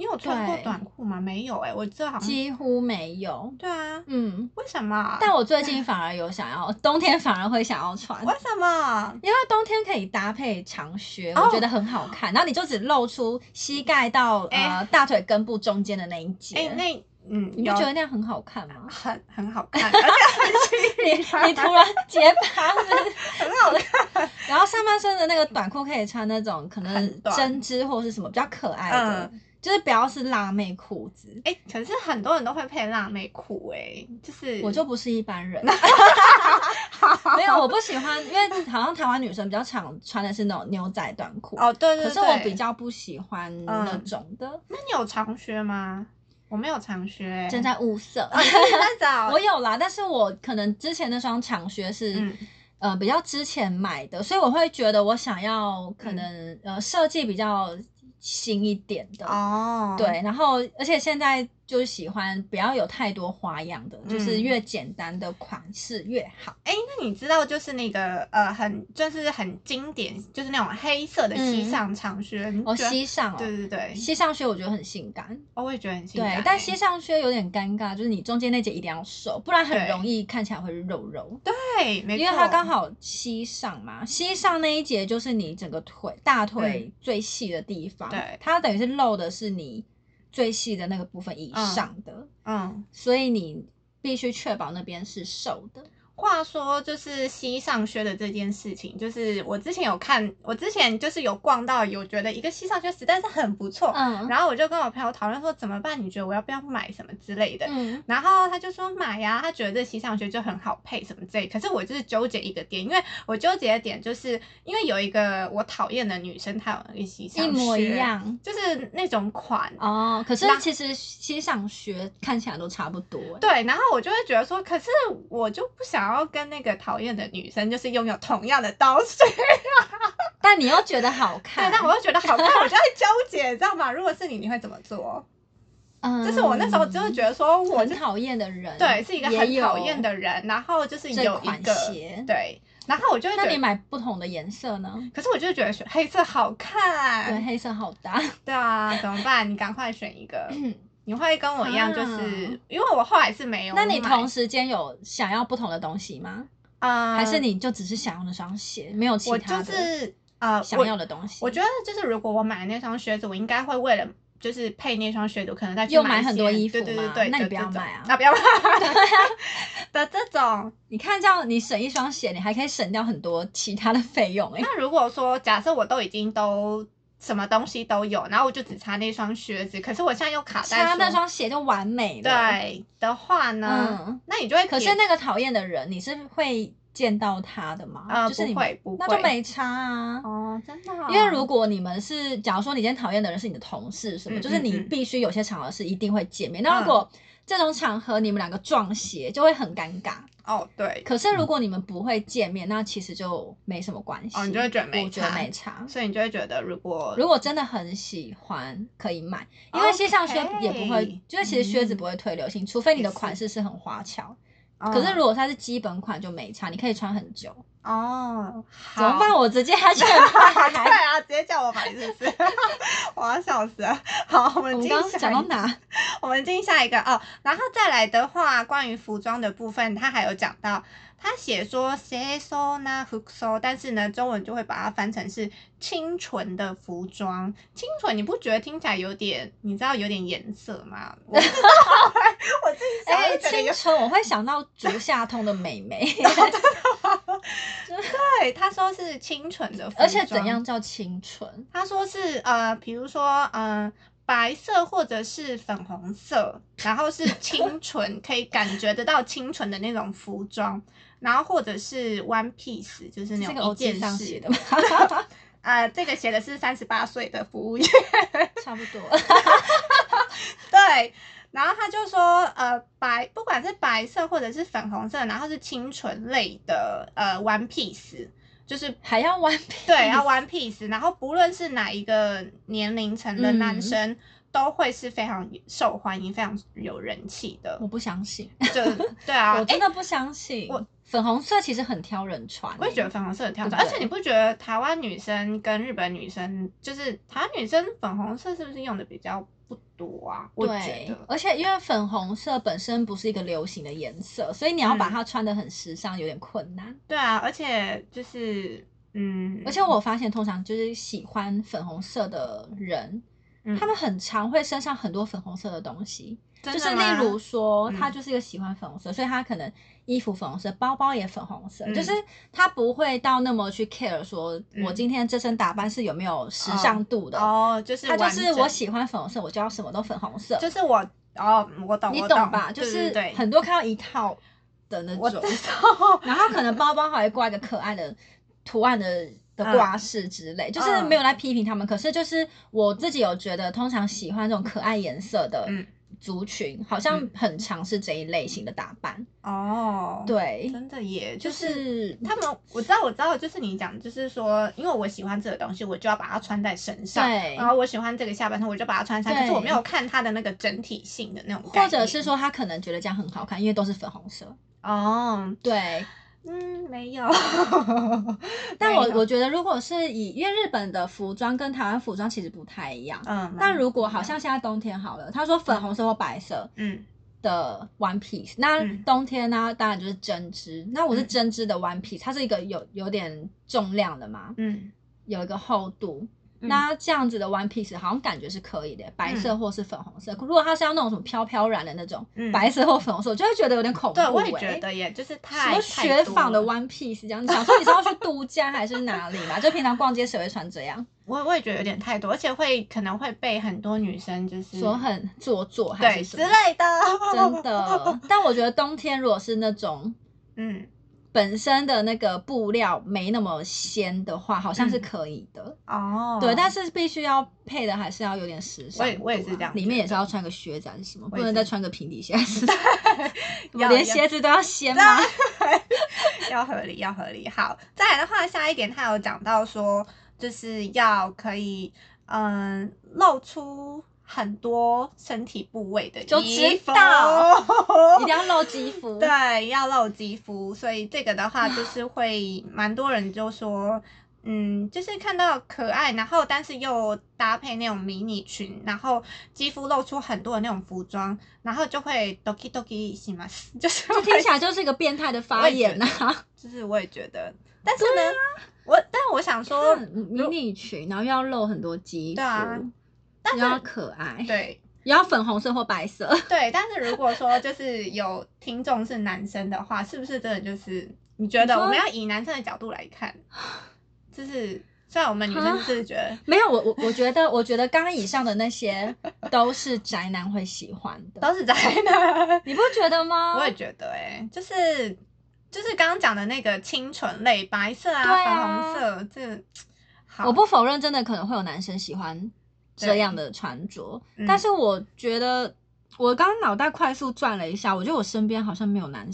[SPEAKER 1] 你有穿过
[SPEAKER 2] 对
[SPEAKER 1] 短裤吗？没有哎、我这好像
[SPEAKER 2] 几乎没有。
[SPEAKER 1] 对啊，
[SPEAKER 2] 嗯，
[SPEAKER 1] 为什么？
[SPEAKER 2] 但我最近反而有想要，冬天反而会想要穿。
[SPEAKER 1] 为什么？
[SPEAKER 2] 因为冬天可以搭配长靴，
[SPEAKER 1] 哦
[SPEAKER 2] 我觉得很好看。然后你就只露出膝盖到、呃大腿根部中间的那一节，
[SPEAKER 1] 哎、那嗯，
[SPEAKER 2] 你不
[SPEAKER 1] 有？
[SPEAKER 2] 觉得那样很好看吗
[SPEAKER 1] [laughs] 很很好看，而且很 [laughs]
[SPEAKER 2] 你
[SPEAKER 1] 喜欢
[SPEAKER 2] [laughs] 你突然结巴了，
[SPEAKER 1] [laughs] 很好看，
[SPEAKER 2] [laughs] 然后上半身的那个短裤可以穿那种可
[SPEAKER 1] 很
[SPEAKER 2] 能
[SPEAKER 1] 短
[SPEAKER 2] 针织或是什么比较可爱的，
[SPEAKER 1] 嗯。
[SPEAKER 2] 就是不要是辣妹裤子。
[SPEAKER 1] 哎、可是很多人都会配辣妹裤，哎，就是 [laughs]
[SPEAKER 2] 我就不是一般人，
[SPEAKER 1] 没
[SPEAKER 2] 没有，我不喜欢，因为好像台湾女生比较常穿的是那种牛仔短裤，
[SPEAKER 1] 哦，对对对，
[SPEAKER 2] 可是我比，较不喜欢那
[SPEAKER 1] 嗯
[SPEAKER 2] 种的，
[SPEAKER 1] 那你有长靴吗？我没有长靴、哎 [laughs]
[SPEAKER 2] 正，在物色。
[SPEAKER 1] 哦，你自己在找，
[SPEAKER 2] [laughs] 我有啦，但是我可能之前那双长靴是、
[SPEAKER 1] 嗯
[SPEAKER 2] 呃比较之前买的，所以我会觉得我想要
[SPEAKER 1] 嗯
[SPEAKER 2] 可能、呃设计比较新一点的，
[SPEAKER 1] 哦，，
[SPEAKER 2] 对，然后而且现在就喜欢不要有太多花样的，就是
[SPEAKER 1] 嗯
[SPEAKER 2] 越简单的款式越好。
[SPEAKER 1] 哎、那你知道就是那个呃，很就是很经典，就是那种黑色的
[SPEAKER 2] 嗯
[SPEAKER 1] 膝上长靴，你
[SPEAKER 2] 哦，
[SPEAKER 1] 觉得
[SPEAKER 2] 膝上哦。
[SPEAKER 1] 对对对，
[SPEAKER 2] 膝上靴我觉得很性感，
[SPEAKER 1] 哦，我也觉得很性
[SPEAKER 2] 对，
[SPEAKER 1] 感、
[SPEAKER 2] 但
[SPEAKER 1] 哎
[SPEAKER 2] 膝上靴有点尴尬，就是你中间那节一定要瘦，不然很
[SPEAKER 1] 对
[SPEAKER 2] 容易看起来会肉肉。
[SPEAKER 1] 对，没错，
[SPEAKER 2] 因为它刚好膝上嘛，膝上那一节就是你整个腿大腿最细的地方，
[SPEAKER 1] 嗯对
[SPEAKER 2] 它等于是露的是你最细的那个部分以上的，
[SPEAKER 1] 嗯。
[SPEAKER 2] 所以你必须确保那边是瘦的。
[SPEAKER 1] 话说，就是膝上靴的这件事情，就是我之前有看，我之前就是有逛到，有觉得一个膝上靴实在是很不错，
[SPEAKER 2] 嗯
[SPEAKER 1] 然后我就跟我朋友讨论说怎么办？你觉得我要不要买什么之类的？
[SPEAKER 2] 嗯，
[SPEAKER 1] 然后他就说买呀，他觉得这西上学就很好配什么之类。可是我就是纠结一个点，因为我纠结的点就是因为有一个我讨厌的女生，她有那个西上
[SPEAKER 2] 一
[SPEAKER 1] 学
[SPEAKER 2] 模一，样
[SPEAKER 1] 就是那种款。
[SPEAKER 2] 哦。可是
[SPEAKER 1] 那
[SPEAKER 2] 其实膝上靴看起来都差不多，欸
[SPEAKER 1] 对，然后我就会觉得说，可是我就不想要跟那个讨厌的女生，就是拥有同样的
[SPEAKER 2] [laughs]
[SPEAKER 1] 刀水。
[SPEAKER 2] 但你又觉得好
[SPEAKER 1] 对，
[SPEAKER 2] 看。
[SPEAKER 1] 但我又觉得好看，我就会纠结，你知道吗？如果是你，你会怎么做？
[SPEAKER 2] 嗯
[SPEAKER 1] 就是我那时候真的觉得说，我
[SPEAKER 2] 很
[SPEAKER 1] 就
[SPEAKER 2] 讨厌的人，
[SPEAKER 1] 对是一个很
[SPEAKER 2] 也有
[SPEAKER 1] 讨厌的人，然后就是
[SPEAKER 2] 这
[SPEAKER 1] 有一
[SPEAKER 2] 款
[SPEAKER 1] 个
[SPEAKER 2] 鞋。
[SPEAKER 1] 对，然后我就会觉
[SPEAKER 2] 那
[SPEAKER 1] 得
[SPEAKER 2] 你买不同的颜色呢？
[SPEAKER 1] 可是我就是觉得选黑色好看，
[SPEAKER 2] 对，黑色好搭。
[SPEAKER 1] 对啊，怎么办？你赶快选一
[SPEAKER 2] [clears throat]
[SPEAKER 1] 个。你会跟我一样，就是、
[SPEAKER 2] 啊
[SPEAKER 1] 因为我后来是没有买。
[SPEAKER 2] [laughs] 那你同时间有想要不同的东西吗？
[SPEAKER 1] 呃，
[SPEAKER 2] 还是你就只是想要那双鞋，没有其
[SPEAKER 1] 我
[SPEAKER 2] 他
[SPEAKER 1] 就
[SPEAKER 2] 的
[SPEAKER 1] 是呃，
[SPEAKER 2] 想要
[SPEAKER 1] 我
[SPEAKER 2] 的东西？
[SPEAKER 1] 我觉得就是如果我买那双靴子，我应该会为了就是配那双靴子，我可能再去
[SPEAKER 2] 又
[SPEAKER 1] 一
[SPEAKER 2] 买
[SPEAKER 1] 些
[SPEAKER 2] 很多衣服
[SPEAKER 1] 对对对
[SPEAKER 2] 嘛
[SPEAKER 1] 对，
[SPEAKER 2] 那你
[SPEAKER 1] 的
[SPEAKER 2] 不要
[SPEAKER 1] 这种
[SPEAKER 2] 买啊
[SPEAKER 1] 啊不要
[SPEAKER 2] [laughs]
[SPEAKER 1] 买的这种。
[SPEAKER 2] 你看这样，你省一双鞋，你还可以省掉很多其他的费用哎、
[SPEAKER 1] 那如果说假设我都已经都什么东西都有，然后我就只差那双靴子，可是我现在又卡在
[SPEAKER 2] 差
[SPEAKER 1] 说
[SPEAKER 2] 那双鞋就完美了。，
[SPEAKER 1] 对的话呢，
[SPEAKER 2] 嗯。
[SPEAKER 1] 那你就会
[SPEAKER 2] 可是
[SPEAKER 1] 撇
[SPEAKER 2] 那个讨厌的人，你是会见到他的吗？
[SPEAKER 1] 啊，
[SPEAKER 2] 就是你
[SPEAKER 1] 不
[SPEAKER 2] 们
[SPEAKER 1] 会不会，
[SPEAKER 2] 那就没差啊。
[SPEAKER 1] 哦，真的、
[SPEAKER 2] 因为如果你们是，假如说你今天讨厌的人是你的同事什么，
[SPEAKER 1] 嗯
[SPEAKER 2] 就是你
[SPEAKER 1] 嗯嗯嗯
[SPEAKER 2] 必须有些场合是一定会见面。那如果这种场合你们两个撞鞋，就会很尴尬。
[SPEAKER 1] 哦对，
[SPEAKER 2] 可是如果你们不会见面，那其实就没什么关系。
[SPEAKER 1] 哦你就会觉得没
[SPEAKER 2] 我觉得
[SPEAKER 1] 差
[SPEAKER 2] 没差。
[SPEAKER 1] 所以你就会觉得如果
[SPEAKER 2] 如果真的很喜欢，可以买，因为线上靴也不
[SPEAKER 1] 哦
[SPEAKER 2] 会
[SPEAKER 1] OK，
[SPEAKER 2] 就是其实靴子不会退流行，除非你的
[SPEAKER 1] 也是
[SPEAKER 2] 款式是很花俏。
[SPEAKER 1] 嗯
[SPEAKER 2] 可是如果它是基本款就没差，你可以穿很久。
[SPEAKER 1] 哦好
[SPEAKER 2] 怎么办？我直接还去
[SPEAKER 1] [laughs] 对啊，直接叫我买是不 [laughs] 是？我要笑死了。好， [laughs] 我
[SPEAKER 2] 我
[SPEAKER 1] 们
[SPEAKER 2] 们
[SPEAKER 1] 进
[SPEAKER 2] 刚刚
[SPEAKER 1] 下
[SPEAKER 2] 讲
[SPEAKER 1] 一
[SPEAKER 2] 到哪？
[SPEAKER 1] 我们进下一个哦，然后再来的话，关于服装的部分，他还有讲到，他写说 s 收呢 hook 收，但是呢，中文就会把它翻成是清纯的服装。清纯，你不觉得听起来有点，你知道有点颜色吗？我不知道 [laughs] 欸我自己想
[SPEAKER 2] 哎、
[SPEAKER 1] 就觉得有 [laughs]
[SPEAKER 2] 清纯，我会想到竹下通的美眉，
[SPEAKER 1] 对，他说是清纯的服装，
[SPEAKER 2] 而且怎样叫清纯？
[SPEAKER 1] 他说是呃，比如说呃，白色或者是粉红色，然后
[SPEAKER 2] [laughs]
[SPEAKER 1] 是清纯，可以感觉得到清纯的那种服装，然后或者是 one piece，就是那
[SPEAKER 2] 这个
[SPEAKER 1] 种
[SPEAKER 2] 欧
[SPEAKER 1] 一件
[SPEAKER 2] 记上
[SPEAKER 1] 式
[SPEAKER 2] 写的。吗？ [laughs]
[SPEAKER 1] 呃，这个写的是三十八岁的服务业，
[SPEAKER 2] 差不多。
[SPEAKER 1] [laughs] 对。然后他就说，呃，白不管是白色或者是粉红色，然后是清纯类的呃 one piece，就是
[SPEAKER 2] 还要 one piece，
[SPEAKER 1] 对，要 One Piece，然后不论是哪一个年龄层的男
[SPEAKER 2] 嗯
[SPEAKER 1] 生，都会是非常受欢迎、非常有人气的
[SPEAKER 2] 我。不相信，
[SPEAKER 1] 就对啊，
[SPEAKER 2] 哦 [laughs] 我真
[SPEAKER 1] 诶
[SPEAKER 2] 的不相信。
[SPEAKER 1] 我
[SPEAKER 2] 粉红色其实很挑人穿、欸
[SPEAKER 1] 我也觉得粉红色很跳
[SPEAKER 2] 对
[SPEAKER 1] 转，
[SPEAKER 2] 不
[SPEAKER 1] 而
[SPEAKER 2] 对
[SPEAKER 1] 且你不觉得台湾女生跟日本女生，就是台湾女生粉红色是不是用的比较不多啊？我觉
[SPEAKER 2] 对，
[SPEAKER 1] 得，
[SPEAKER 2] 而且因为粉红色本身不是一个流行的颜色，所以你要
[SPEAKER 1] 嗯
[SPEAKER 2] 把它穿的很时尚有点困难。
[SPEAKER 1] 对啊，而且就是嗯，
[SPEAKER 2] 而且我发现，通常就是喜欢粉红色的人，
[SPEAKER 1] 嗯
[SPEAKER 2] 他们很常会身上很多粉红色的东西，
[SPEAKER 1] 真
[SPEAKER 2] 就
[SPEAKER 1] 的
[SPEAKER 2] 是例
[SPEAKER 1] 吗
[SPEAKER 2] 如说，
[SPEAKER 1] 嗯
[SPEAKER 2] 他就是一个喜欢粉红色，所以他可能衣服粉红色，包包也粉红色，
[SPEAKER 1] 嗯
[SPEAKER 2] 就是他不会到那么去 care 说
[SPEAKER 1] 嗯
[SPEAKER 2] 我今天这身打扮是有没有时尚度的，
[SPEAKER 1] 哦，就是
[SPEAKER 2] 他就
[SPEAKER 1] 完
[SPEAKER 2] 是
[SPEAKER 1] 整
[SPEAKER 2] 我，喜欢粉红色，我就要什么都粉红色，
[SPEAKER 1] 就是我哦，我懂，
[SPEAKER 2] 你
[SPEAKER 1] 我
[SPEAKER 2] 懂吧？就
[SPEAKER 1] 对
[SPEAKER 2] 是
[SPEAKER 1] 对对
[SPEAKER 2] 很多看到一套的那
[SPEAKER 1] 我
[SPEAKER 2] 种
[SPEAKER 1] 懂，懂
[SPEAKER 2] 然后可能包包还会挂一个可爱的图案的
[SPEAKER 1] 嗯
[SPEAKER 2] 的挂饰之类，就是没有来批评他们。可是就是我自己有觉得，通常喜欢这种可爱颜色的
[SPEAKER 1] 嗯
[SPEAKER 2] 族群，好像
[SPEAKER 1] 嗯
[SPEAKER 2] 很常是这一类型的打扮。
[SPEAKER 1] [laughs] 哦，。
[SPEAKER 2] 对，
[SPEAKER 1] 真的耶，
[SPEAKER 2] 就
[SPEAKER 1] 就是
[SPEAKER 2] 是嗯
[SPEAKER 1] 他们，我知道，我知道，就是你讲，就是说，因为我喜欢这个东西，我就要把它穿在身上，
[SPEAKER 2] 对
[SPEAKER 1] 然后我喜欢这个下半身，我就把它穿上，
[SPEAKER 2] 对
[SPEAKER 1] 可是我没有看它的那个整体性的那种概
[SPEAKER 2] 或
[SPEAKER 1] 念，
[SPEAKER 2] 者是说他可能觉得这样很好看，因为都是粉红色。
[SPEAKER 1] [laughs] 哦，
[SPEAKER 2] 对，
[SPEAKER 1] 嗯，没有，
[SPEAKER 2] [laughs] 但我
[SPEAKER 1] 没有
[SPEAKER 2] 我觉得如果是以因为日本的服装跟台湾服装其实不太一样。
[SPEAKER 1] 嗯，
[SPEAKER 2] 但如果好像现在冬天好了，他说粉红色或白色，
[SPEAKER 1] 嗯
[SPEAKER 2] 的 One Piece，那
[SPEAKER 1] 嗯
[SPEAKER 2] 冬天呢、当然就是针织。那我是
[SPEAKER 1] 嗯
[SPEAKER 2] 针织的 One Piece，它是一个有有点重量的嘛，
[SPEAKER 1] 嗯，
[SPEAKER 2] 有一个厚度。
[SPEAKER 1] 嗯
[SPEAKER 2] 那这样子的 One Piece 好像感觉是可以的，白色或是粉红色。如果它是要那种什么飘飘然的那种、
[SPEAKER 1] 嗯
[SPEAKER 2] 白色或粉红色，我就会觉得有点恐怖、欸。
[SPEAKER 1] 对，我也觉。得耶，就是
[SPEAKER 2] 什
[SPEAKER 1] 太
[SPEAKER 2] 么雪纺的，
[SPEAKER 1] 太多了
[SPEAKER 2] One Piece 这样，你想说你是要去度假还是哪里
[SPEAKER 1] [laughs]
[SPEAKER 2] 嘛？就平常逛街谁会穿这样？
[SPEAKER 1] 我我也觉得有点太多，而且会可能会被很多女生就是
[SPEAKER 2] 说很做作
[SPEAKER 1] 嗯
[SPEAKER 2] 还
[SPEAKER 1] 对
[SPEAKER 2] 是
[SPEAKER 1] 之
[SPEAKER 2] 什么？
[SPEAKER 1] 类的，
[SPEAKER 2] 真，的。但我觉得冬天如果是那种
[SPEAKER 1] 嗯。
[SPEAKER 2] 本身的那个布料没那么鲜的话，好像是
[SPEAKER 1] 嗯
[SPEAKER 2] 可以的。
[SPEAKER 1] 哦，
[SPEAKER 2] 对，但是必须要配的还是要有点时尚
[SPEAKER 1] 我
[SPEAKER 2] 度啊、
[SPEAKER 1] 也我也是这样
[SPEAKER 2] 里
[SPEAKER 1] 觉
[SPEAKER 2] 面也
[SPEAKER 1] 得
[SPEAKER 2] 是要穿个靴子还是什么，
[SPEAKER 1] 我
[SPEAKER 2] 不
[SPEAKER 1] 也
[SPEAKER 2] 能
[SPEAKER 1] 是
[SPEAKER 2] 再穿个平底鞋还是
[SPEAKER 1] [laughs]
[SPEAKER 2] 什么。我
[SPEAKER 1] 要啊
[SPEAKER 2] 连
[SPEAKER 1] 要
[SPEAKER 2] 鞋子都要掀吗？
[SPEAKER 1] 要合理，要合理。好，再来的话，下一点他有讲到说，就是要可以嗯露出很多身体部位的
[SPEAKER 2] 就
[SPEAKER 1] 衣
[SPEAKER 2] 知
[SPEAKER 1] 服，
[SPEAKER 2] 道 [laughs] 一定要露肌肤。
[SPEAKER 1] 对，啊要露肌肤，所以这个的话就是会蛮多人就说。嗯，就是看到可爱，然后但是又搭配那种迷你裙，然后肌肤露出很多的那种服装，然后就会 doki doki します，就是
[SPEAKER 2] 这
[SPEAKER 1] 会
[SPEAKER 2] 听起来就是一个变态的发言呐、啊！
[SPEAKER 1] 就是我也觉得，但是呢，我但我想说，
[SPEAKER 2] 嗯迷你裙，然后又要露很多肌肤，
[SPEAKER 1] 对啊但
[SPEAKER 2] 又要
[SPEAKER 1] 是
[SPEAKER 2] 可爱，，
[SPEAKER 1] 对
[SPEAKER 2] 也要粉红色或白色。 [laughs]
[SPEAKER 1] 对，但是如果说就是有听众是男生的话，是不是真的就是你觉
[SPEAKER 2] 你
[SPEAKER 1] 得
[SPEAKER 2] 说
[SPEAKER 1] 我们要以男生的角度来看，就是虽然我们女生
[SPEAKER 2] 啊
[SPEAKER 1] 是觉得
[SPEAKER 2] 没有，我我我觉得，我觉得刚刚以上的那些都是宅男会喜欢的。
[SPEAKER 1] 都是宅男，
[SPEAKER 2] 你不觉得吗？
[SPEAKER 1] 我也觉得哎、就是就是刚刚讲的那个清纯类，白色啊，
[SPEAKER 2] 对啊
[SPEAKER 1] 粉红色，这好，
[SPEAKER 2] 我不否认，真的可能会有男生喜欢这样的穿着，
[SPEAKER 1] 嗯
[SPEAKER 2] 但是我觉得。我刚刚脑袋快速转了一下，我觉得我身边好像没有男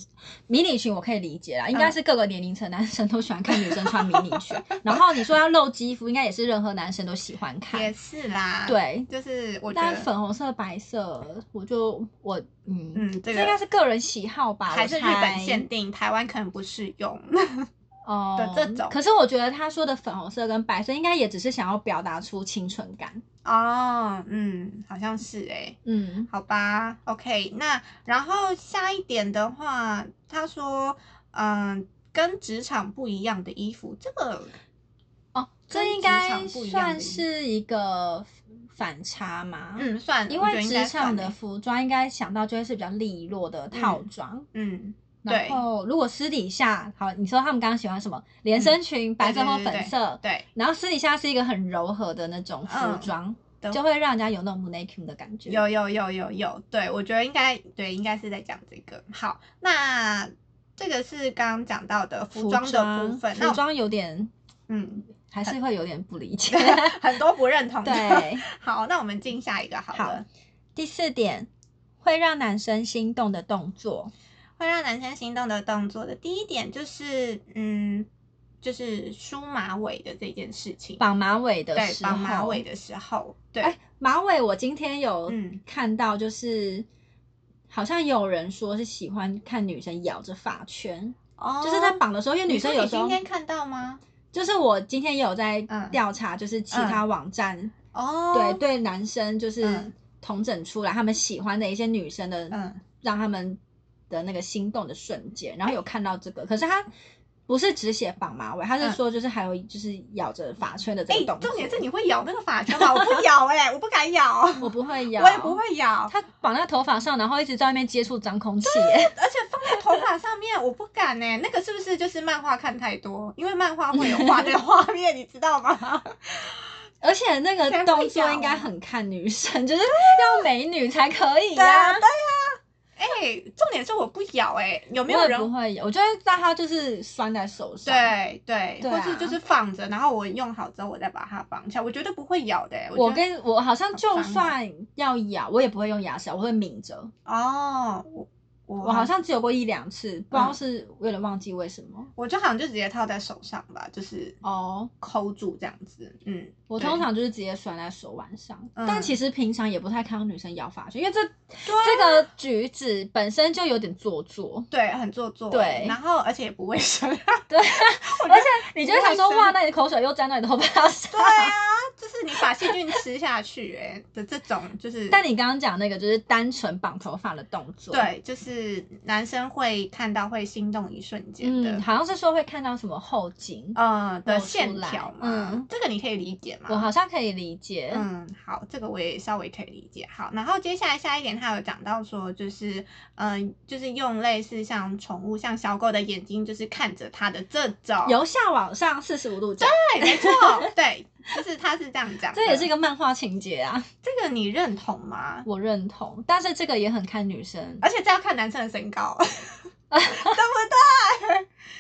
[SPEAKER 2] 迷你裙，我可以理解啦，
[SPEAKER 1] 嗯
[SPEAKER 2] 应该是各个年龄层男生都喜欢看女生穿迷你裙。 [laughs] 然后你说要露肌肤，应该也是任何男生都喜欢
[SPEAKER 1] 也
[SPEAKER 2] 看。
[SPEAKER 1] 是啦，，
[SPEAKER 2] 对，
[SPEAKER 1] 就是我觉
[SPEAKER 2] 但
[SPEAKER 1] 得，
[SPEAKER 2] 粉红色、白色，我就我嗯，
[SPEAKER 1] 嗯，这
[SPEAKER 2] 这
[SPEAKER 1] 个
[SPEAKER 2] 应该是个人喜好吧，
[SPEAKER 1] 还是
[SPEAKER 2] 我
[SPEAKER 1] 日
[SPEAKER 2] 猜
[SPEAKER 1] 本限定，台湾可能不适用。 [laughs]
[SPEAKER 2] 哦
[SPEAKER 1] 的这种
[SPEAKER 2] 可是我觉得他说的粉红色跟白色，应该也只是想要表达出青春感。
[SPEAKER 1] 哦，嗯，好像是哎、
[SPEAKER 2] 嗯，
[SPEAKER 1] 好吧，OK 那。然后下一点的话，他说，嗯、跟职场不一样的衣服，这个
[SPEAKER 2] 哦，
[SPEAKER 1] 跟
[SPEAKER 2] 这应
[SPEAKER 1] 职场
[SPEAKER 2] 该
[SPEAKER 1] 不一样的
[SPEAKER 2] 算
[SPEAKER 1] 意思
[SPEAKER 2] 是一个反差嘛。，
[SPEAKER 1] 嗯算，
[SPEAKER 2] 因
[SPEAKER 1] 我觉得
[SPEAKER 2] 为
[SPEAKER 1] 应
[SPEAKER 2] 职
[SPEAKER 1] 该
[SPEAKER 2] 场
[SPEAKER 1] 算
[SPEAKER 2] 的
[SPEAKER 1] 欸
[SPEAKER 2] 服装应该想到就会是比较利落的套装，
[SPEAKER 1] 嗯
[SPEAKER 2] 然后如果私底下，好，你说他们刚刚喜欢什么？连身裙，白色或粉色。
[SPEAKER 1] 对，
[SPEAKER 2] 然后私底下是一个很柔和的那种服
[SPEAKER 1] 嗯
[SPEAKER 2] 装，
[SPEAKER 1] 对
[SPEAKER 2] 就会让人家有那种 m u n e k i n 的感觉。
[SPEAKER 1] 有有有有有，对我觉得应该对，应该是在讲这个。好，那这个是刚刚讲到的服装的部分，那
[SPEAKER 2] 服
[SPEAKER 1] 我
[SPEAKER 2] 装有点
[SPEAKER 1] 嗯， [laughs]
[SPEAKER 2] 还是会有点不理解。
[SPEAKER 1] 很多不认同的。，
[SPEAKER 2] [laughs] 对，
[SPEAKER 1] [laughs] 好，那我们进下一个好了。
[SPEAKER 2] 第四点，会让男生心动的动作，
[SPEAKER 1] 会让男生心动的动作的第一点就是，嗯，就是梳马尾的这件事情，
[SPEAKER 2] 绑马尾的
[SPEAKER 1] 对，
[SPEAKER 2] 时候，
[SPEAKER 1] 绑马尾的时候，对，
[SPEAKER 2] 哎，马尾我今天有
[SPEAKER 1] 嗯
[SPEAKER 2] 看到，就是、好像有人说是喜欢看女生咬着发圈，
[SPEAKER 1] 哦
[SPEAKER 2] 就是在绑的时候，因为
[SPEAKER 1] 你
[SPEAKER 2] 女
[SPEAKER 1] 说
[SPEAKER 2] 生
[SPEAKER 1] 你
[SPEAKER 2] 有时候
[SPEAKER 1] 今，天看到吗？
[SPEAKER 2] 就是我今天有在
[SPEAKER 1] 嗯
[SPEAKER 2] 调查，就是其他网站、
[SPEAKER 1] 哦，
[SPEAKER 2] 对对男生就是
[SPEAKER 1] 嗯
[SPEAKER 2] 统整出来他们喜欢的一些女生的，
[SPEAKER 1] 嗯
[SPEAKER 2] 让他们的那个心动的瞬间，然后有看到这个，可是他。不是只写绑马尾，他是
[SPEAKER 1] 嗯
[SPEAKER 2] 说就是还有就是咬着发圈的这
[SPEAKER 1] 哎、
[SPEAKER 2] 个动作。
[SPEAKER 1] 重点是你会咬那个发圈吗？我不咬哎、我不敢咬，
[SPEAKER 2] 我不会咬，
[SPEAKER 1] 我也不会咬，
[SPEAKER 2] 他绑在头发上，然后一直在外面接触脏空气耶。
[SPEAKER 1] 而且放在头发上面，我不敢哎、那个是不是就是漫画看太多？因为漫画会有画那个画面，你知道
[SPEAKER 2] [laughs]
[SPEAKER 1] 吗？
[SPEAKER 2] 而且那个
[SPEAKER 1] 谁
[SPEAKER 2] 动
[SPEAKER 1] 会
[SPEAKER 2] 作
[SPEAKER 1] 咬
[SPEAKER 2] 应该很看女生，就是要美女才可以呀、
[SPEAKER 1] 对啊。哎、重点是我不咬哎、有没有
[SPEAKER 2] 我也
[SPEAKER 1] 人
[SPEAKER 2] 不会咬，我就会让它就是拴在手上。，
[SPEAKER 1] 对对，
[SPEAKER 2] 对
[SPEAKER 1] 或
[SPEAKER 2] 啊
[SPEAKER 1] 是就是放着，然后我用好之后我再把它绑起来，我绝对不会咬的欸。
[SPEAKER 2] 我
[SPEAKER 1] 觉得
[SPEAKER 2] 跟我好像就
[SPEAKER 1] 好烦
[SPEAKER 2] 算要咬，我也不会用牙齿咬，我会抿着。
[SPEAKER 1] 哦，我我
[SPEAKER 2] 我好像只有过一两次，不知道是为了忘记为什么。
[SPEAKER 1] 我就好像就直接套在手上吧，就是
[SPEAKER 2] 哦，
[SPEAKER 1] 抠住这样子。嗯，
[SPEAKER 2] 我
[SPEAKER 1] 对
[SPEAKER 2] 通常就是直接拴在手腕上，
[SPEAKER 1] 嗯
[SPEAKER 2] 但其实平常也不太看到女生咬发圈，因为这
[SPEAKER 1] 对啊
[SPEAKER 2] 这个举止本身就有点做作。
[SPEAKER 1] 对，很做作，欸
[SPEAKER 2] 对
[SPEAKER 1] 然后而且也不卫生。啊
[SPEAKER 2] [laughs]
[SPEAKER 1] [laughs]
[SPEAKER 2] 对，
[SPEAKER 1] 我觉得
[SPEAKER 2] 你就会想说，哇，那你的口水又沾到你的头发上。
[SPEAKER 1] 对啊，就是你把细菌吃下去、欸，哎的这种就是，
[SPEAKER 2] 但你刚刚讲那个就是单纯绑头发的动作，，
[SPEAKER 1] 对，就是男生会看到会心动一瞬间的
[SPEAKER 2] 嗯，，好像是说会看到什么后颈，
[SPEAKER 1] 嗯的
[SPEAKER 2] 露出
[SPEAKER 1] 线
[SPEAKER 2] 来
[SPEAKER 1] 条嘛，
[SPEAKER 2] 嗯
[SPEAKER 1] 这个你可以理解吗？
[SPEAKER 2] 我好像可以理解。
[SPEAKER 1] 嗯，好，这个我也稍微可以理解。好，然后接下来下一点，他有讲到说，就是嗯、就是用类似像宠物、像小狗的眼睛，就是看着它的这种，
[SPEAKER 2] 由下往上四十五度角，
[SPEAKER 1] 对，没错，对，就是他是这样讲的。
[SPEAKER 2] 这也是一个漫画情节啊，
[SPEAKER 1] 这个你认同吗？
[SPEAKER 2] 我认同。但是这个也很看女生，
[SPEAKER 1] 而且这要看男生的身
[SPEAKER 2] [laughs]
[SPEAKER 1] 高，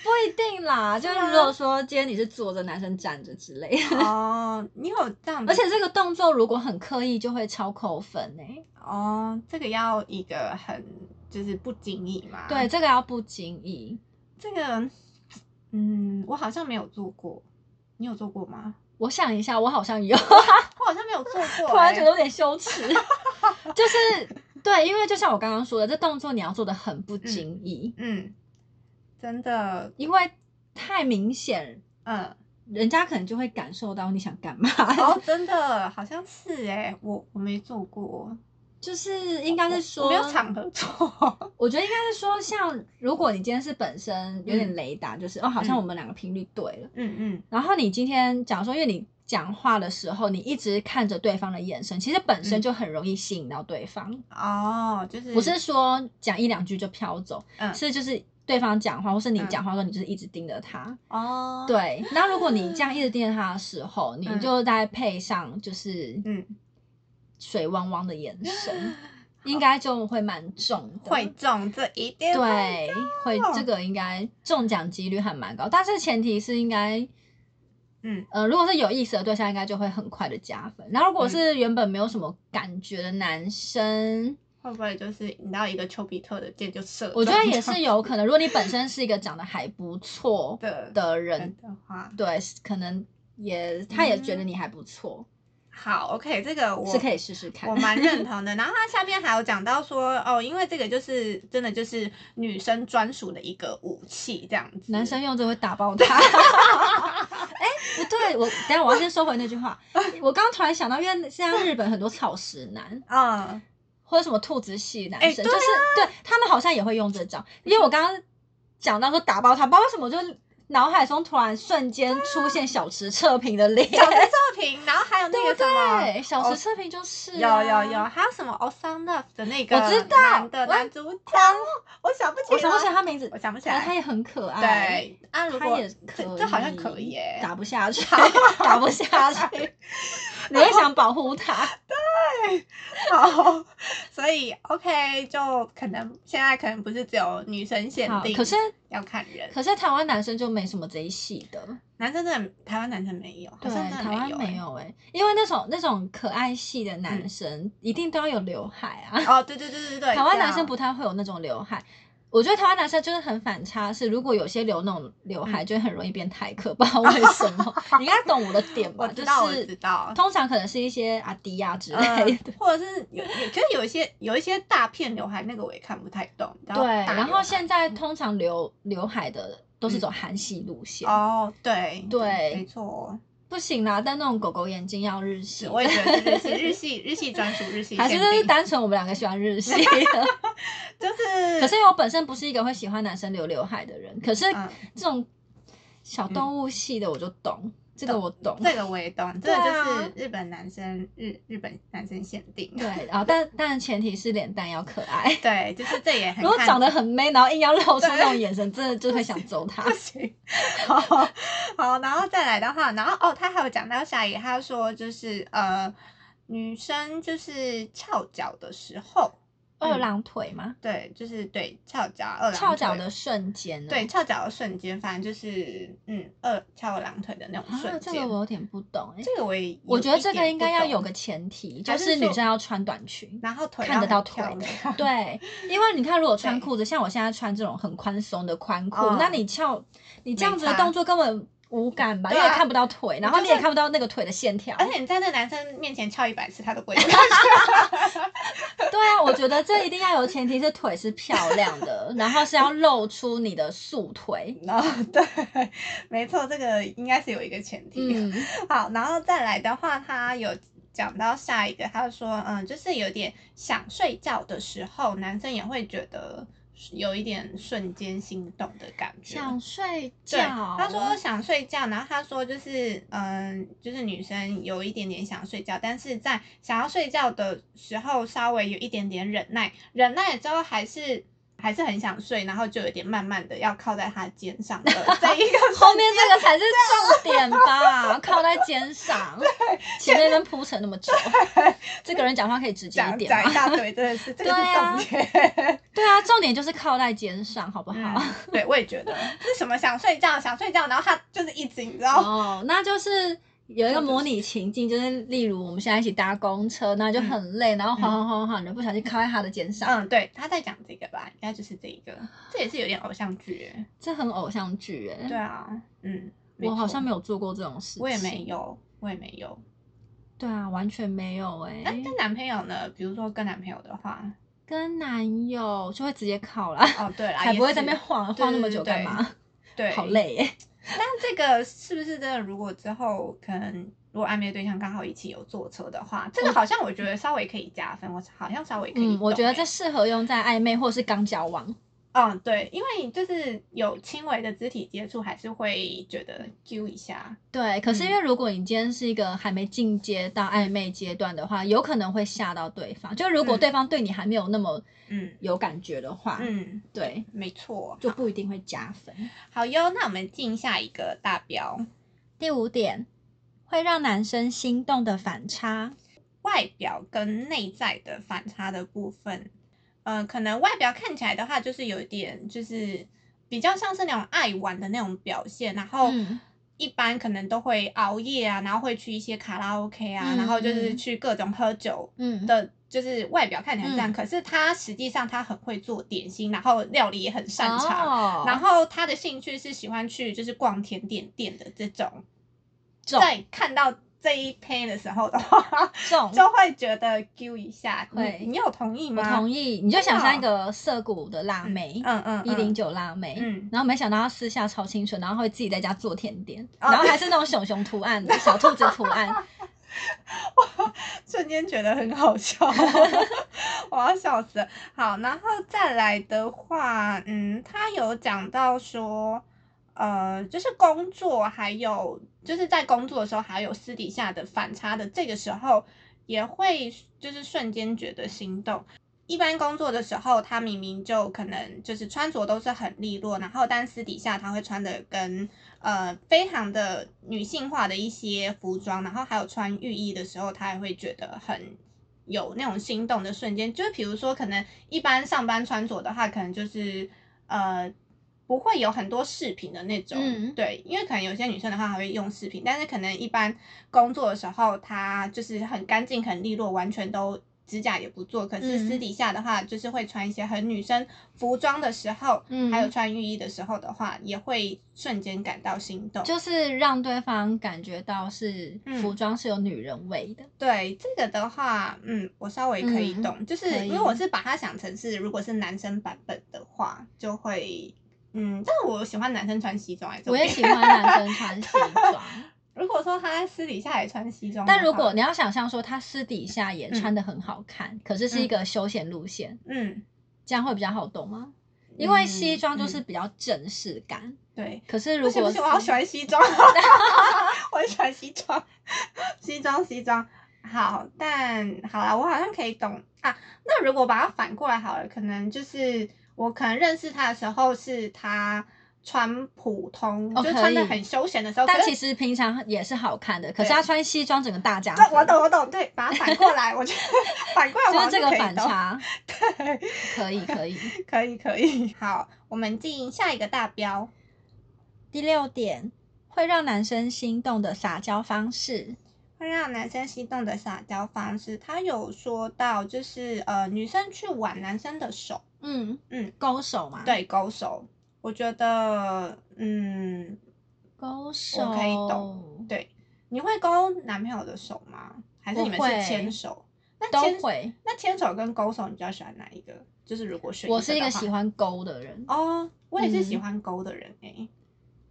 [SPEAKER 2] 不一定啦。
[SPEAKER 1] 啊
[SPEAKER 2] 就是如果说今天你是坐着，男生站着之类的，
[SPEAKER 1] 哦，你有这样的，
[SPEAKER 2] 而且这个动作如果很刻意，就会超扣分哎、
[SPEAKER 1] 哦，这个要一个很就是不经意嘛，
[SPEAKER 2] 对，，这个要不经意。
[SPEAKER 1] 这个，嗯，我好像没有做过，你有做过吗？
[SPEAKER 2] 我想一下，我好像有。
[SPEAKER 1] 我好像没有做过、欸，
[SPEAKER 2] [laughs] 突然觉得有
[SPEAKER 1] [laughs]
[SPEAKER 2] 点羞耻，就是对，因为就像我刚刚说的，这动作你要做的很不经意，
[SPEAKER 1] 嗯，真的，
[SPEAKER 2] 因为太明显， [laughs]
[SPEAKER 1] 嗯，
[SPEAKER 2] 人家可能就会感受到你想干嘛。
[SPEAKER 1] 哦，真的好像是哎、我我没做过，
[SPEAKER 2] [laughs] 就是应该是
[SPEAKER 1] 我
[SPEAKER 2] 说，
[SPEAKER 1] 我没有场合
[SPEAKER 2] [laughs]
[SPEAKER 1] 做，
[SPEAKER 2] 我觉得应该是说，像如果你今天是本身有点雷达，就是哦，好像
[SPEAKER 1] 嗯
[SPEAKER 2] 我们两个频率对了，
[SPEAKER 1] 嗯嗯，
[SPEAKER 2] 然后你今天假如说，因为你。讲话的时候，你一直看着对方的眼神，其实本
[SPEAKER 1] 嗯
[SPEAKER 2] 身就很容易吸引到对方。
[SPEAKER 1] 哦，就是
[SPEAKER 2] 不是说讲一两句就飘走，
[SPEAKER 1] 嗯
[SPEAKER 2] 是就是对方讲话或是你
[SPEAKER 1] 嗯
[SPEAKER 2] 讲话的时候，你就是一直盯着他。
[SPEAKER 1] 哦，，
[SPEAKER 2] 对，那如果你这样一直盯着他的时候，你就再配上就是
[SPEAKER 1] 嗯，
[SPEAKER 2] 水汪汪的眼神，
[SPEAKER 1] [laughs]
[SPEAKER 2] 应该就会蛮重的。
[SPEAKER 1] 会中这一定会
[SPEAKER 2] 对，会这个应该中奖几率还蛮高，但是前提是应该。
[SPEAKER 1] 嗯
[SPEAKER 2] 呃，如果是有意思的对象，应该就会很快的加分。那如果
[SPEAKER 1] 嗯
[SPEAKER 2] 是原本没有什么感觉的男生，
[SPEAKER 1] 会不会就是你到一个丘比特的箭就射中？
[SPEAKER 2] 我觉得也是有可能，如果你本身是一个长得还不错
[SPEAKER 1] [laughs] 的
[SPEAKER 2] 的
[SPEAKER 1] 人
[SPEAKER 2] 人，
[SPEAKER 1] 的话，
[SPEAKER 2] 对，可能也他也觉得你还不错，
[SPEAKER 1] 好，OK，这个嗯我
[SPEAKER 2] 是可以试试看
[SPEAKER 1] 我。蛮认同的。然后他下面还有讲到说，哦，因为这个就是真的就是女生专属的一个武器，这样子。
[SPEAKER 2] 男生用这会打爆他。 [laughs] 哎、不对，我等一下我要先收回那
[SPEAKER 1] [laughs]
[SPEAKER 2] 句话。我刚刚突然想到，因为现在日本很多草食男
[SPEAKER 1] 嗯，
[SPEAKER 2] 或者什么兔子系男生，
[SPEAKER 1] 哎对啊
[SPEAKER 2] 就是对他们好像也会用这招。因为我刚刚讲到说打爆他，不知道为什么我就脑海中突然瞬间出现小池测评的脸，
[SPEAKER 1] 小池测评，然后还有那
[SPEAKER 2] 对
[SPEAKER 1] 个
[SPEAKER 2] 不
[SPEAKER 1] 什么，哦
[SPEAKER 2] 对？小池测评就是
[SPEAKER 1] 有
[SPEAKER 2] 啊
[SPEAKER 1] 有有，，还有什么 o s a n Love 的那个
[SPEAKER 2] 我知道
[SPEAKER 1] 男的
[SPEAKER 2] 我
[SPEAKER 1] 男主角，我想不起来，
[SPEAKER 2] 我想不起来他名字
[SPEAKER 1] 我，想不起
[SPEAKER 2] 然后他
[SPEAKER 1] 来。
[SPEAKER 2] 也很可爱。
[SPEAKER 1] 对，啊，如
[SPEAKER 2] 他
[SPEAKER 1] 果
[SPEAKER 2] 也可
[SPEAKER 1] 这
[SPEAKER 2] 以，
[SPEAKER 1] 这好像可以
[SPEAKER 2] [laughs]
[SPEAKER 1] 耶。
[SPEAKER 2] 打不下去， [laughs] 打不下
[SPEAKER 1] [laughs]
[SPEAKER 2] 去，你会想保护他。
[SPEAKER 1] 好，所以 OK 就可能现在可能不是只有女生限
[SPEAKER 2] 好
[SPEAKER 1] 定，
[SPEAKER 2] 可是
[SPEAKER 1] 要看人，
[SPEAKER 2] 可是台湾男生就没什么这一系的，
[SPEAKER 1] 男生真的台湾男生没有，好
[SPEAKER 2] 对，
[SPEAKER 1] 像真
[SPEAKER 2] 台
[SPEAKER 1] 的
[SPEAKER 2] 湾
[SPEAKER 1] 有嗯
[SPEAKER 2] 没
[SPEAKER 1] 欸。
[SPEAKER 2] 有哎、因为那种那种可爱系的男生、一定都要有刘海啊，
[SPEAKER 1] 哦，对对对对对，
[SPEAKER 2] 台湾
[SPEAKER 1] 这
[SPEAKER 2] 男生
[SPEAKER 1] 样
[SPEAKER 2] 不太会有那种刘海。我觉得台湾男生就是很反差，是如果有些留那种刘
[SPEAKER 1] 嗯
[SPEAKER 2] 海，就会很容易变台客，不知道为什
[SPEAKER 1] [laughs]
[SPEAKER 2] 么。你应该懂我的点吧？
[SPEAKER 1] 我知道
[SPEAKER 2] 就
[SPEAKER 1] 我知
[SPEAKER 2] 是
[SPEAKER 1] 道
[SPEAKER 2] 通常可能是一些阿迪呀、之
[SPEAKER 1] 嗯
[SPEAKER 2] 类的。
[SPEAKER 1] 或者是有，也就是有一些有一些大片刘海，那个我也看不太懂。然后
[SPEAKER 2] 对，
[SPEAKER 1] 大嗯
[SPEAKER 2] 然
[SPEAKER 1] 刘海
[SPEAKER 2] 后现在通常留刘海的都是走韩系路线，
[SPEAKER 1] 哦，对
[SPEAKER 2] 对
[SPEAKER 1] 没错，
[SPEAKER 2] 不行啦，但那种狗狗眼睛要日系，
[SPEAKER 1] 我也觉得日系日系日系专属日系
[SPEAKER 2] 还是
[SPEAKER 1] 限
[SPEAKER 2] 就是
[SPEAKER 1] 定
[SPEAKER 2] 单纯我们两个喜欢日
[SPEAKER 1] [laughs]
[SPEAKER 2] 系的。
[SPEAKER 1] 就是
[SPEAKER 2] 可是因为我本身不是一个会喜欢男生留刘海的人，可是
[SPEAKER 1] 嗯
[SPEAKER 2] 这种小动物系的我就懂，这个我懂。
[SPEAKER 1] 这个我也懂，这
[SPEAKER 2] 对
[SPEAKER 1] 个
[SPEAKER 2] 啊
[SPEAKER 1] 就是日本男生日日本男生限定。 [laughs]
[SPEAKER 2] 对，然后但但前提是脸蛋要可爱。
[SPEAKER 1] 对，就是这也很
[SPEAKER 2] 如果
[SPEAKER 1] 看 [laughs]
[SPEAKER 2] 长得很 man，然后硬要露出
[SPEAKER 1] 对
[SPEAKER 2] 那种眼神，真的就会想揍他
[SPEAKER 1] 不。行，好好，然后再来的话，然后哦，他还有讲到下一个，他说就是呃，女生就是翘脚的时候，
[SPEAKER 2] 二郎腿吗？
[SPEAKER 1] 对，就是对翘脚二郎腿
[SPEAKER 2] 翘脚的瞬间哦、
[SPEAKER 1] 对，翘脚的瞬间，反正就是嗯，二翘二郎腿的那种
[SPEAKER 2] 啊，
[SPEAKER 1] 瞬
[SPEAKER 2] 这
[SPEAKER 1] 间。
[SPEAKER 2] 个我有点不懂哎、
[SPEAKER 1] 这个我也有
[SPEAKER 2] 我觉得
[SPEAKER 1] 一
[SPEAKER 2] 这个
[SPEAKER 1] 点
[SPEAKER 2] 应
[SPEAKER 1] 不
[SPEAKER 2] 该要有
[SPEAKER 1] 懂
[SPEAKER 2] 个，前提，
[SPEAKER 1] 还
[SPEAKER 2] 就是是女
[SPEAKER 1] 说
[SPEAKER 2] 生要穿短裙，
[SPEAKER 1] 然后腿
[SPEAKER 2] 看
[SPEAKER 1] 要
[SPEAKER 2] 得
[SPEAKER 1] 很
[SPEAKER 2] 到腿
[SPEAKER 1] 漂
[SPEAKER 2] 的
[SPEAKER 1] 亮
[SPEAKER 2] [laughs] 对，因为你看，如果穿
[SPEAKER 1] 对
[SPEAKER 2] 裤子，像我现在穿这种很宽松的宽裤，
[SPEAKER 1] 嗯
[SPEAKER 2] 那你翘，你这
[SPEAKER 1] 没
[SPEAKER 2] 样子的
[SPEAKER 1] 差
[SPEAKER 2] 动作根本无感吧，
[SPEAKER 1] 对
[SPEAKER 2] 因为
[SPEAKER 1] 啊
[SPEAKER 2] 看不到腿，然
[SPEAKER 1] 就
[SPEAKER 2] 后你也
[SPEAKER 1] 是哎
[SPEAKER 2] 看不到那个腿的线条。
[SPEAKER 1] [laughs] 而且你在那男生面前翘一百次，他都
[SPEAKER 2] [laughs]
[SPEAKER 1] 不会看。
[SPEAKER 2] 对啊，我觉得这一定要有前提是腿是漂亮的，然后是要露出你的素
[SPEAKER 1] [laughs]
[SPEAKER 2] 腿。
[SPEAKER 1] 然后对，没错，这个应该是有一个前提。
[SPEAKER 2] 嗯，
[SPEAKER 1] [laughs] 好，然后再来的话，他有讲到下一个，他说，嗯，就是有点想睡觉的时候，男生也会觉得有一点瞬间心动的感觉。
[SPEAKER 2] [laughs] 想睡
[SPEAKER 1] 对，
[SPEAKER 2] 觉。
[SPEAKER 1] 他说想睡觉，然后他说就是，嗯，就是女生有一点点想睡觉，但是在想要睡觉的时候，稍微有一点点忍耐，忍耐了之后还是还是很想睡，然后就有点慢慢的要靠在他肩上
[SPEAKER 2] [laughs]
[SPEAKER 1] 的这一个
[SPEAKER 2] 后面这个才是重点吧，靠在
[SPEAKER 1] [laughs]
[SPEAKER 2] 肩上，前面跟铺陈那么久，这个人讲话可以直接
[SPEAKER 1] 讲
[SPEAKER 2] 一点
[SPEAKER 1] 讲一
[SPEAKER 2] 吗？
[SPEAKER 1] 大堆，真的
[SPEAKER 2] [laughs]
[SPEAKER 1] 是这个
[SPEAKER 2] 对啊
[SPEAKER 1] 是重点。
[SPEAKER 2] 对啊，重点就是靠在肩上， [laughs] 好不好？
[SPEAKER 1] 嗯，对，我也觉得是什么想睡觉，想睡觉，然后他就是一直你知道，
[SPEAKER 2] [laughs] 哦，那就是。有一个模拟情境，就是例如我们现在一起搭公车，那就很累，然后缓缓缓缓缓的不小心靠在他的肩上，
[SPEAKER 1] 嗯，对，他在讲这个吧，应该就是这一个，这也是有点偶像剧欸，
[SPEAKER 2] 这很偶像剧哎、
[SPEAKER 1] 对啊，嗯，没
[SPEAKER 2] 嗯我好
[SPEAKER 1] 错
[SPEAKER 2] 像没有做过这种事情，
[SPEAKER 1] 我也没。有，我也没有。
[SPEAKER 2] 对啊，完全没有哎、
[SPEAKER 1] 那跟男朋友呢？比如说跟男朋友的话，
[SPEAKER 2] 跟男友就会直接
[SPEAKER 1] [laughs]
[SPEAKER 2] 靠啦，
[SPEAKER 1] 哦，对啦，
[SPEAKER 2] 才
[SPEAKER 1] 也
[SPEAKER 2] 不会在
[SPEAKER 1] 是
[SPEAKER 2] 那边晃
[SPEAKER 1] 对
[SPEAKER 2] 晃那么久
[SPEAKER 1] 对
[SPEAKER 2] 干
[SPEAKER 1] 对
[SPEAKER 2] 嘛？
[SPEAKER 1] 对，
[SPEAKER 2] 好。累哎、
[SPEAKER 1] 但这个是不是真的？如果之后可能如果暧昧对象刚好一起有坐车的话，这个好像我觉得稍微可以加分，我好像稍微可以懂欸、
[SPEAKER 2] 嗯嗯，我觉得这适合用在暧昧或是刚交往。
[SPEAKER 1] 嗯对，因为就是有轻微的肢体接触，还是会觉得揪一下。
[SPEAKER 2] 对，可是因
[SPEAKER 1] 嗯
[SPEAKER 2] 为如果你今天是一个还没进阶到暧昧阶段的话，有可能会吓到对方。就如果
[SPEAKER 1] 嗯
[SPEAKER 2] 对方对你还没有那么
[SPEAKER 1] 嗯
[SPEAKER 2] 有感觉的话，
[SPEAKER 1] 嗯，
[SPEAKER 2] 对，
[SPEAKER 1] 没错。
[SPEAKER 2] 啊就不一定会加分。
[SPEAKER 1] 好哟，那我们进下一个大标，
[SPEAKER 2] 第五点，会让男生心动的反差。
[SPEAKER 1] 外表跟内在的反差的部分，呃，可能外表看起来的话，就是有一点就是比较像是那种爱玩的那种表现，然后
[SPEAKER 2] 嗯
[SPEAKER 1] 一般可能都会熬夜啊，然后会去一些卡拉 OK 啊，
[SPEAKER 2] 嗯
[SPEAKER 1] 然后就是
[SPEAKER 2] 嗯
[SPEAKER 1] 去各种喝酒
[SPEAKER 2] 嗯，
[SPEAKER 1] 的，就是外表看起来这样，
[SPEAKER 2] 嗯
[SPEAKER 1] 可是他实际上他很会做点心，然后料理也很擅长。
[SPEAKER 2] 哦、
[SPEAKER 1] 然后他的兴趣是喜欢去就是逛甜点店的这种，
[SPEAKER 2] 重
[SPEAKER 1] 在看到这一篇的时候的话，
[SPEAKER 2] 重
[SPEAKER 1] 就会觉得揪一下。
[SPEAKER 2] 会
[SPEAKER 1] 你你有同意
[SPEAKER 2] 我
[SPEAKER 1] 吗？
[SPEAKER 2] 同
[SPEAKER 1] 意。
[SPEAKER 2] 意，你就想象
[SPEAKER 1] 真
[SPEAKER 2] 一个涩谷的辣妹，
[SPEAKER 1] 嗯嗯，
[SPEAKER 2] 一零九辣妹，
[SPEAKER 1] 嗯
[SPEAKER 2] 然后没想到她私下超清纯，然后会自己在家做甜点，
[SPEAKER 1] 哦
[SPEAKER 2] 然后还是那种熊熊图案的小兔子图案，
[SPEAKER 1] 瞬间觉得很好 [laughs] 笑，我要笑死了。好，然后再来的话，嗯，他有讲到说，呃，就是工作还有就是在工作的时候，还有私底下的反差的这个时候，也会就是瞬间觉得心动。一般工作的时候，他明明就可能就是穿着都是很利落，然后但私底下他会穿的跟呃非常的女性化的一些服装，然后还有穿浴衣的时候，他也会觉得很有那种心动的瞬间。就是比如说，可能一般上班穿着的话，可能就是呃不会有很多饰品的那种，
[SPEAKER 2] 嗯
[SPEAKER 1] 对，因为可能有些女生的话还会用饰品，但是可能一般工作的时候，她就是很干净、很利落，完全都指甲也不做。可是
[SPEAKER 2] 嗯
[SPEAKER 1] 私底下的话，就是会穿一些很女生服装的时候，
[SPEAKER 2] 嗯
[SPEAKER 1] 还有穿浴衣的时候的话，也会瞬间感到心动。
[SPEAKER 2] 就是让对方感觉到是
[SPEAKER 1] 嗯
[SPEAKER 2] 服装是有女人味的。
[SPEAKER 1] 对这个的话，嗯，我稍微可以
[SPEAKER 2] 嗯
[SPEAKER 1] 懂，就是
[SPEAKER 2] 可以
[SPEAKER 1] 因为我是把它想成是，如果是男生版本的话，就会。嗯，但是我喜欢男生穿西装，还是
[SPEAKER 2] 我也喜欢男生穿
[SPEAKER 1] [laughs]
[SPEAKER 2] 西装，
[SPEAKER 1] 如果说他私底下也穿西装的话，
[SPEAKER 2] 但如果你要想象说他私底下也穿的很好看，可是是一个休闲路线，
[SPEAKER 1] 嗯，
[SPEAKER 2] 这样会比较好懂吗？因为西
[SPEAKER 1] 嗯
[SPEAKER 2] 装就
[SPEAKER 1] 嗯
[SPEAKER 2] 是比较正式感，
[SPEAKER 1] 对，
[SPEAKER 2] 可是
[SPEAKER 1] 不
[SPEAKER 2] 如
[SPEAKER 1] 行
[SPEAKER 2] 果
[SPEAKER 1] 不行，我好喜
[SPEAKER 2] 欢，
[SPEAKER 1] 欢西装， [laughs] 我很喜欢西装，西装西装。好，但好啦，我好像可以懂啊。那如果把它反过来好了，可能就是我可能认识他的时候是他穿普通，
[SPEAKER 2] 哦
[SPEAKER 1] 就是穿的
[SPEAKER 2] 可以
[SPEAKER 1] 很休闲的时候，
[SPEAKER 2] 但
[SPEAKER 1] 可是
[SPEAKER 2] 其实平常也是好看的，可是
[SPEAKER 1] 对
[SPEAKER 2] 他穿西装整个大加
[SPEAKER 1] 对，我
[SPEAKER 2] 分，
[SPEAKER 1] 懂我懂，对，把它反过来，我觉得反过来我
[SPEAKER 2] 就
[SPEAKER 1] 好
[SPEAKER 2] 是这
[SPEAKER 1] 像
[SPEAKER 2] 个
[SPEAKER 1] 可以
[SPEAKER 2] 反
[SPEAKER 1] 懂。
[SPEAKER 2] 差，
[SPEAKER 1] 对，
[SPEAKER 2] 可以可以。
[SPEAKER 1] [laughs]
[SPEAKER 2] [laughs]
[SPEAKER 1] 可以可以。好，我们进下一个大标。
[SPEAKER 2] 第六点，会让男生心动的撒娇方式，
[SPEAKER 1] 会让男生心动的撒娇方式，他有说到，就是呃，女生去挽男生的手，
[SPEAKER 2] 嗯
[SPEAKER 1] 嗯，
[SPEAKER 2] 勾手嘛，，
[SPEAKER 1] 对，勾手。我觉得，嗯，
[SPEAKER 2] 勾手，
[SPEAKER 1] 我可以懂对，你会勾男朋友的手吗？还是
[SPEAKER 2] 我
[SPEAKER 1] 你们
[SPEAKER 2] 会
[SPEAKER 1] 是牵手？那
[SPEAKER 2] 都
[SPEAKER 1] 牵
[SPEAKER 2] 会。
[SPEAKER 1] 那牵手跟勾手，你比较喜欢哪一个？就是如果选
[SPEAKER 2] 我是一
[SPEAKER 1] 一
[SPEAKER 2] 个
[SPEAKER 1] 个
[SPEAKER 2] 喜欢勾的人，
[SPEAKER 1] 欢哦，我也是喜
[SPEAKER 2] 嗯
[SPEAKER 1] 欢勾的人诶、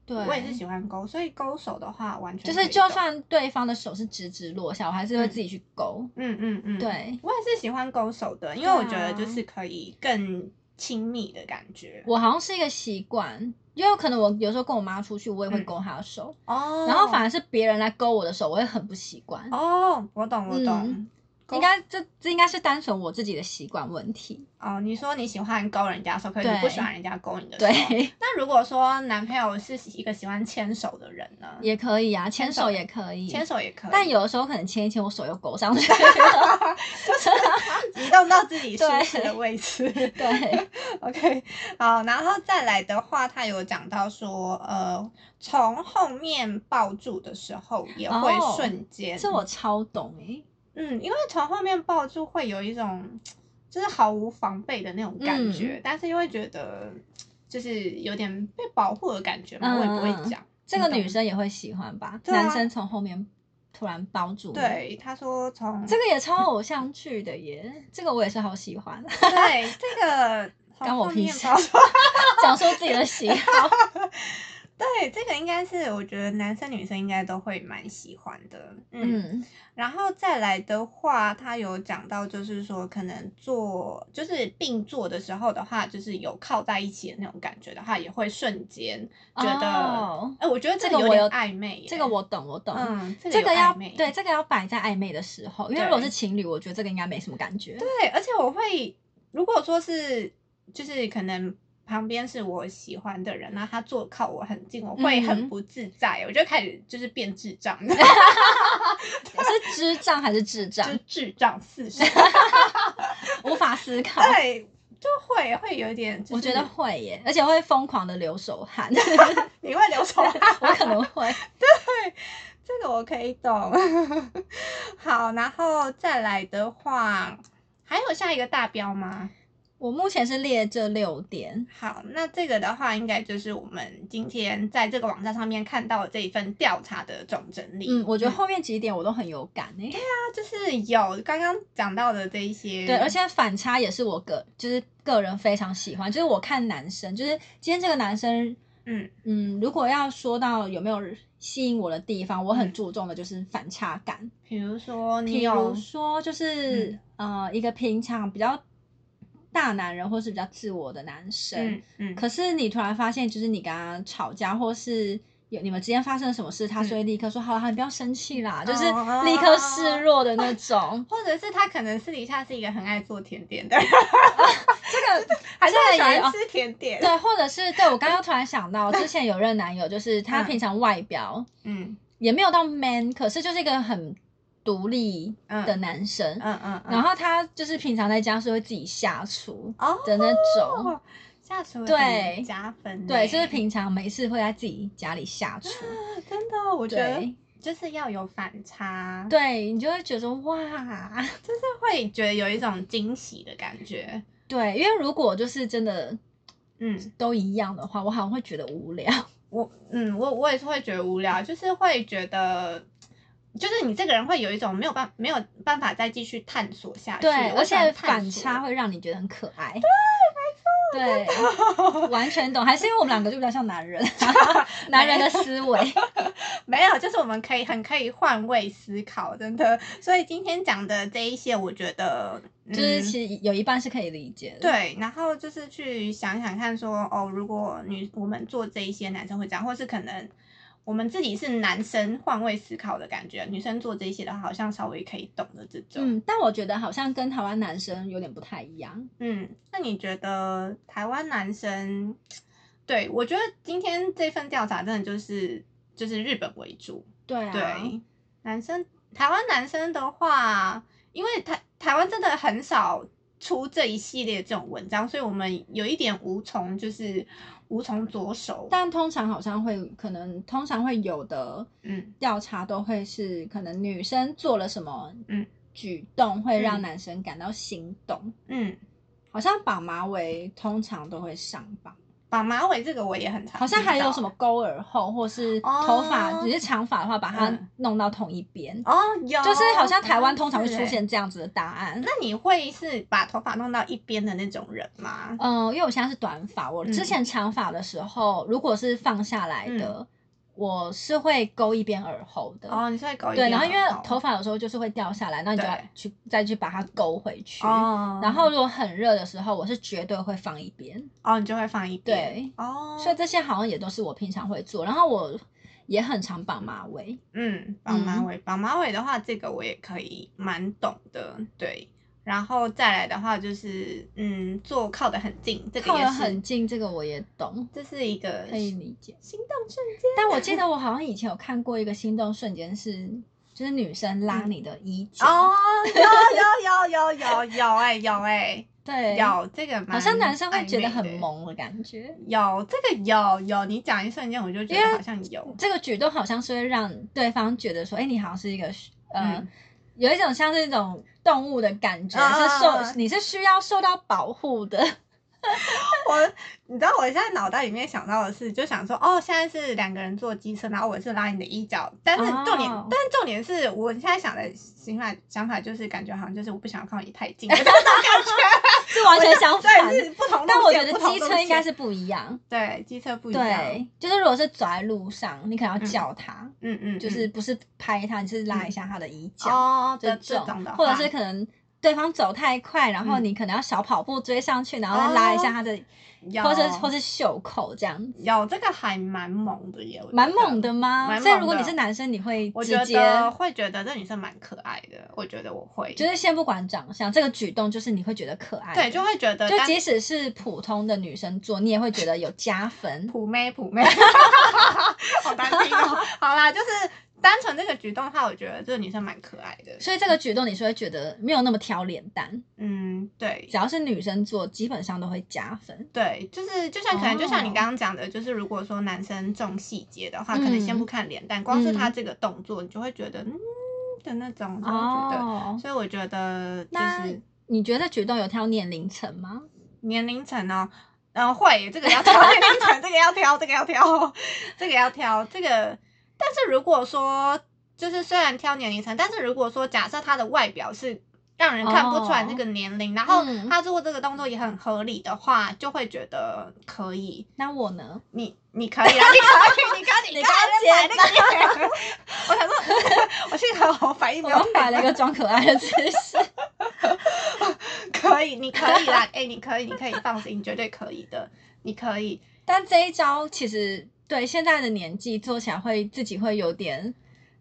[SPEAKER 2] 对，
[SPEAKER 1] 我也是喜欢勾，所以勾手的话完全
[SPEAKER 2] 就
[SPEAKER 1] 可
[SPEAKER 2] 是
[SPEAKER 1] 以
[SPEAKER 2] 就
[SPEAKER 1] 懂
[SPEAKER 2] 算对方的手是直直落下，我还是会自己去勾。
[SPEAKER 1] 嗯嗯嗯，。
[SPEAKER 2] 对
[SPEAKER 1] 我也是喜欢勾手的，因为
[SPEAKER 2] 对
[SPEAKER 1] 我觉得就
[SPEAKER 2] 啊
[SPEAKER 1] 是可以更亲密的感觉。
[SPEAKER 2] 我好像是一个习惯，因为可能我有时候跟我妈出去，我也会
[SPEAKER 1] 嗯
[SPEAKER 2] 勾她的手，
[SPEAKER 1] 哦
[SPEAKER 2] 然后反而是别人来勾我的手，我会很不习惯。
[SPEAKER 1] 哦，我懂我懂
[SPEAKER 2] 嗯。应该这这应该是单纯我自己的习惯问题。
[SPEAKER 1] 哦，你说你喜欢勾人家手，可是你不喜
[SPEAKER 2] 对
[SPEAKER 1] 欢人家勾你的手。。
[SPEAKER 2] 对， [laughs]
[SPEAKER 1] 那如果说男朋友是一个喜欢牵手的人呢？
[SPEAKER 2] 也可以啊，牵
[SPEAKER 1] 牵手
[SPEAKER 2] 手也可以，
[SPEAKER 1] 牵手也可以，
[SPEAKER 2] 但有的时候可能牵一牵，我手又勾上去了。
[SPEAKER 1] [laughs] 移动到自己舒
[SPEAKER 2] 对
[SPEAKER 1] 适的位置。 [laughs]
[SPEAKER 2] 对，
[SPEAKER 1] OK，好，然后再来的话，他有讲到说，呃，从后面抱住的时候也会
[SPEAKER 2] 哦
[SPEAKER 1] 瞬间，
[SPEAKER 2] 这我超懂欸诶、
[SPEAKER 1] 嗯，因为从后面抱就会有一种就是毫无防备的那种感
[SPEAKER 2] 嗯
[SPEAKER 1] 觉，但是又会觉得就是有点被保护的感觉嘛，
[SPEAKER 2] 嗯
[SPEAKER 1] 我也不会讲。
[SPEAKER 2] 这个
[SPEAKER 1] 你懂
[SPEAKER 2] 女生也会喜欢吧？
[SPEAKER 1] 对啊
[SPEAKER 2] 男生从后面突然包住你，
[SPEAKER 1] 对他说从
[SPEAKER 2] 这个也超偶像剧的耶，这个我也是好喜欢，
[SPEAKER 1] 对这
[SPEAKER 2] [laughs]
[SPEAKER 1] 个从
[SPEAKER 2] 关我
[SPEAKER 1] 后
[SPEAKER 2] 屁
[SPEAKER 1] 面
[SPEAKER 2] 事
[SPEAKER 1] 抱，
[SPEAKER 2] [laughs] 讲述自己的喜好。
[SPEAKER 1] [laughs] 对这个应该是我觉得男生女生应该都会蛮喜欢的， [laughs] 嗯
[SPEAKER 2] 嗯，
[SPEAKER 1] 然后再来的话，他有讲到，就是说可能坐就是并坐的时候的话，就是有靠在一起的那种感觉的话，也会瞬间觉得，哎、
[SPEAKER 2] 哦
[SPEAKER 1] 我觉得
[SPEAKER 2] 这
[SPEAKER 1] 个
[SPEAKER 2] 个
[SPEAKER 1] 有
[SPEAKER 2] 我
[SPEAKER 1] 点
[SPEAKER 2] 有
[SPEAKER 1] 暧昧耶，
[SPEAKER 2] 这个我懂，我懂。
[SPEAKER 1] 嗯，这个
[SPEAKER 2] 这
[SPEAKER 1] 有
[SPEAKER 2] 个要
[SPEAKER 1] 暧昧
[SPEAKER 2] 对，这个要摆在暧昧的时候，因为
[SPEAKER 1] 对
[SPEAKER 2] 如果是情侣，我觉得这个应该没什么感觉。
[SPEAKER 1] 对，而且我会，如果说是就是可能。旁边是我喜欢的人，然后他坐靠我很近，我会很
[SPEAKER 2] 嗯
[SPEAKER 1] 不自在，我就开始就是变智
[SPEAKER 2] [laughs]
[SPEAKER 1] 障，
[SPEAKER 2] 是智障还是智障
[SPEAKER 1] 就？是智障四
[SPEAKER 2] [laughs]
[SPEAKER 1] 射，
[SPEAKER 2] 无法思考。
[SPEAKER 1] 对，就会会有点、就是，
[SPEAKER 2] 我觉得会耶，而且会疯狂的流手
[SPEAKER 1] [laughs]
[SPEAKER 2] 汗，
[SPEAKER 1] 你会流手汗，
[SPEAKER 2] 我可能会。
[SPEAKER 1] [laughs] 这个我可以懂。 [laughs] 好，然后再来的话，还有下一个大标吗？
[SPEAKER 2] 我目前是列这六点，
[SPEAKER 1] 好，那这个的话，应该就是我们今天在这个网站上面看到的这一份调查的总整理。
[SPEAKER 2] 嗯，我觉得后面几点我都很有感欸诶、
[SPEAKER 1] 它就是有刚刚讲到的这一些，
[SPEAKER 2] 对，而且反差也是我个就是个人非常喜欢，就是我看男生，就是今天这个男生，
[SPEAKER 1] 嗯
[SPEAKER 2] 嗯，如果要说到有没有吸引我的地方，我很
[SPEAKER 1] 嗯
[SPEAKER 2] 注重的就是反差感，
[SPEAKER 1] 比如说你
[SPEAKER 2] 比如
[SPEAKER 1] 有嗯
[SPEAKER 2] 说就是、呃一个平常比较大男人或是比较自我的男生，
[SPEAKER 1] 嗯嗯，
[SPEAKER 2] 可是你突然发现，就是你跟他吵架，或是有你们之间发生了什么事，他
[SPEAKER 1] 嗯
[SPEAKER 2] 所以立刻说：“好了，好了你不要生气啦。”就是
[SPEAKER 1] 哦。
[SPEAKER 2] 立刻示弱的那种
[SPEAKER 1] 或者是他可能私底下是一个很爱做甜点的人，
[SPEAKER 2] 啊这个
[SPEAKER 1] [laughs] 还是很喜
[SPEAKER 2] 也有
[SPEAKER 1] 欢吃甜点。
[SPEAKER 2] 对，或者是对我刚刚突然想
[SPEAKER 1] [laughs]
[SPEAKER 2] 到，之前有任男友，就是他
[SPEAKER 1] 嗯
[SPEAKER 2] 平常外表
[SPEAKER 1] 嗯
[SPEAKER 2] 也没有到 man，可是就是一个很独立的男生。
[SPEAKER 1] 嗯嗯嗯，
[SPEAKER 2] 然后他就是平常在家是会自己下厨
[SPEAKER 1] 哦
[SPEAKER 2] 的那种。
[SPEAKER 1] 哦下厨
[SPEAKER 2] 对
[SPEAKER 1] 很加分呢，欸
[SPEAKER 2] 对，就是平常没事会在自己家里下厨，
[SPEAKER 1] 啊真的，我觉得
[SPEAKER 2] 对
[SPEAKER 1] 就是要有反差，，
[SPEAKER 2] 对你就会觉得哇， [laughs]
[SPEAKER 1] 就是会觉得有一种惊喜的感觉。
[SPEAKER 2] 对，因为如果就是真的
[SPEAKER 1] 嗯，
[SPEAKER 2] 都一样的话，我好像会觉得无聊。
[SPEAKER 1] 我嗯，我我也是会觉得无聊，就是会觉得。就是你这个人会有一种没有办没有办法再继续探索下去，
[SPEAKER 2] 对，
[SPEAKER 1] 我
[SPEAKER 2] 而
[SPEAKER 1] 想
[SPEAKER 2] 且
[SPEAKER 1] 探
[SPEAKER 2] 反
[SPEAKER 1] 索
[SPEAKER 2] 差会让你觉得很可爱。对，没错，
[SPEAKER 1] [laughs]
[SPEAKER 2] 对，完全懂。还是因为我们两个就比较像男人，男人的思维。
[SPEAKER 1] 没有，就是我们可以很可以换位思考，真的。所以今天讲的这一些，我觉得、嗯、
[SPEAKER 2] 就是其实有一半是可以理解的。，
[SPEAKER 1] 对，然后就是去想想看说，哦，如果女我们做这一些，男生会这样，或是可能我们自己是男生换位思考的感觉，女生做这些的话，好像稍微可以懂的这种。
[SPEAKER 2] 嗯，但我觉得好像跟台湾男生有点不太一样。
[SPEAKER 1] 嗯，那你觉得台湾男生？对我觉得今天这份调查真的就是就是日本为主，
[SPEAKER 2] 对啊，
[SPEAKER 1] 对，男生台湾男生的话，因为台台湾真的很少出这一系列这种文章，所以我们有一点无从就是无从着手。
[SPEAKER 2] 但通常好像会，可能通常会有的
[SPEAKER 1] 嗯
[SPEAKER 2] 调查都会是，可能女生做了什么
[SPEAKER 1] 嗯
[SPEAKER 2] 举动会让
[SPEAKER 1] 嗯
[SPEAKER 2] 男生感到心动。
[SPEAKER 1] 嗯，
[SPEAKER 2] 好像绑马尾通常都会上榜，
[SPEAKER 1] 绑马尾这个我也很常，
[SPEAKER 2] 好像还有什么。勾耳后，或是
[SPEAKER 1] 哦
[SPEAKER 2] 头发只是长发的话，把它
[SPEAKER 1] 嗯
[SPEAKER 2] 弄到同一边，
[SPEAKER 1] 哦，有，
[SPEAKER 2] 就是好像台湾通常会
[SPEAKER 1] 是
[SPEAKER 2] 出
[SPEAKER 1] 欸。
[SPEAKER 2] 现这样子的答案
[SPEAKER 1] 那。你会是把头发弄到一边的那种人吗？
[SPEAKER 2] 嗯，因为我现在是短发，我
[SPEAKER 1] 嗯
[SPEAKER 2] 之前长发的时候，如果是放下来的，我是会勾一边耳后的。
[SPEAKER 1] 嗯哦，你是会搞一
[SPEAKER 2] 对，
[SPEAKER 1] 边
[SPEAKER 2] 然后因为
[SPEAKER 1] 很厚
[SPEAKER 2] 头发有时候就是会掉下来，那你就要
[SPEAKER 1] 对
[SPEAKER 2] 去再去把它勾回去。
[SPEAKER 1] 哦，
[SPEAKER 2] 然后如果很热的时候，我是绝对会放一边。
[SPEAKER 1] 哦，你就会放一边。
[SPEAKER 2] 对，
[SPEAKER 1] 哦，
[SPEAKER 2] 所以这些好像也都是我平常会做，然后我也很常绑马尾。
[SPEAKER 1] 嗯，绑马
[SPEAKER 2] 嗯
[SPEAKER 1] 尾，绑马尾的话，这个我也可以蛮懂的，对。然后再来的话就是，嗯，坐靠得很近，这个
[SPEAKER 2] 靠
[SPEAKER 1] 也
[SPEAKER 2] 得
[SPEAKER 1] 是，
[SPEAKER 2] 很近，这个我也懂，
[SPEAKER 1] 这是一个
[SPEAKER 2] 可以理解。
[SPEAKER 1] 心动瞬间。
[SPEAKER 2] 但我记得我好像以前有看过一个心动瞬间是，就是女生拉你的衣角，
[SPEAKER 1] 嗯哦，有有有有有 [laughs] 有哎、有哎、
[SPEAKER 2] 对，
[SPEAKER 1] 有这个蛮，
[SPEAKER 2] 好像男生会觉得很。萌的感觉。
[SPEAKER 1] 有这个有有，你讲一瞬间我就觉
[SPEAKER 2] 因
[SPEAKER 1] 得
[SPEAKER 2] 为
[SPEAKER 1] 好像有，
[SPEAKER 2] 这个举动好像是会让对方觉得说，哎、你好像是一个呃，
[SPEAKER 1] 嗯
[SPEAKER 2] 有一种像是一种动物的感觉，
[SPEAKER 1] 啊
[SPEAKER 2] 是
[SPEAKER 1] 啊啊
[SPEAKER 2] 受你是需要受到保
[SPEAKER 1] [laughs]
[SPEAKER 2] 护的。
[SPEAKER 1] 我你知道我现在脑袋里面想到的是，就想说哦，现在是两个人坐机车，然后我是拉你的衣角，但是重点，
[SPEAKER 2] 哦
[SPEAKER 1] 但是重点是我现在想的想法想法就是感觉好像就是我不想靠你太近，就是这种感
[SPEAKER 2] [laughs]
[SPEAKER 1] 觉，
[SPEAKER 2] 是完全相反
[SPEAKER 1] 对，是不同路线。
[SPEAKER 2] 但我觉得
[SPEAKER 1] 不同
[SPEAKER 2] 机
[SPEAKER 1] 路线
[SPEAKER 2] 车应该是不一样。
[SPEAKER 1] 对机车不一样，
[SPEAKER 2] 对，就是如果是走在路上，你可能要叫他，
[SPEAKER 1] 嗯嗯，
[SPEAKER 2] 就是
[SPEAKER 1] 嗯
[SPEAKER 2] 不是拍他，你是拉一下他的衣角，
[SPEAKER 1] 哦
[SPEAKER 2] 这
[SPEAKER 1] 的这种的话，
[SPEAKER 2] 或者是可能。对方走太快，然后
[SPEAKER 1] 嗯哦
[SPEAKER 2] 你可能要小跑步追上去，然后再拉一下他的，
[SPEAKER 1] 有
[SPEAKER 2] 或者或是袖口这样子，
[SPEAKER 1] 有这个还蛮猛的耶，我觉得
[SPEAKER 2] 蛮猛的。吗？
[SPEAKER 1] 蛮
[SPEAKER 2] 所以
[SPEAKER 1] 猛
[SPEAKER 2] 如果你
[SPEAKER 1] 的
[SPEAKER 2] 是男生，你会
[SPEAKER 1] 我
[SPEAKER 2] 直
[SPEAKER 1] 觉
[SPEAKER 2] 接
[SPEAKER 1] 得会觉得这女生蛮可爱的，我觉得我会，
[SPEAKER 2] 就是先不管长相，这个举动就是你会觉得可爱的，
[SPEAKER 1] 对，就会觉得
[SPEAKER 2] 就
[SPEAKER 1] 单
[SPEAKER 2] 即使是普通的女生做，你也会觉得有加分。
[SPEAKER 1] 普妹普妹， [laughs] 好担心哦。 [laughs] 好啦，就是单纯这个举动的话，我觉得这个女生蛮可爱的。
[SPEAKER 2] 所以这个举动你是会觉得没有那么挑脸蛋，
[SPEAKER 1] 嗯，对
[SPEAKER 2] 只要是女生做，基本上都会加分。
[SPEAKER 1] 对，就是就像可能就像你刚刚讲的，就是如果说男生重细节的话，可能先
[SPEAKER 2] 嗯
[SPEAKER 1] 不看脸，但光是他这个动作，你就会觉得嗯的那种，就会觉得。
[SPEAKER 2] 哦，
[SPEAKER 1] 所以嗯我觉得就
[SPEAKER 2] 那
[SPEAKER 1] 是
[SPEAKER 2] 你觉得举动有挑年龄层吗？
[SPEAKER 1] 年龄层哦。嗯，会这个要挑年龄层，这个要挑，这个要挑， [laughs] 这个要挑，这个。但是如果说就是虽然挑年龄层，但是如果说假设他的外表是让人看不出来
[SPEAKER 2] 哦
[SPEAKER 1] 这个年龄，然后
[SPEAKER 2] 嗯
[SPEAKER 1] 他做这个动作也很合理的话，就会觉得可以。
[SPEAKER 2] 那我呢？
[SPEAKER 1] 你你 [laughs] 可以啊，你可以，你可以，
[SPEAKER 2] 你
[SPEAKER 1] 刚才
[SPEAKER 2] 刚
[SPEAKER 1] 摆那个脸， [laughs] 我想说，我幸好我反应
[SPEAKER 2] 我
[SPEAKER 1] 没有
[SPEAKER 2] 刚摆了一个装可爱的姿势，
[SPEAKER 1] [laughs] 可可以，你可以啦，哎、你可以，你可以放心，你绝对可以的，你可以。
[SPEAKER 2] [laughs] 但这一招其实对现在的年纪做起来会自己会有点，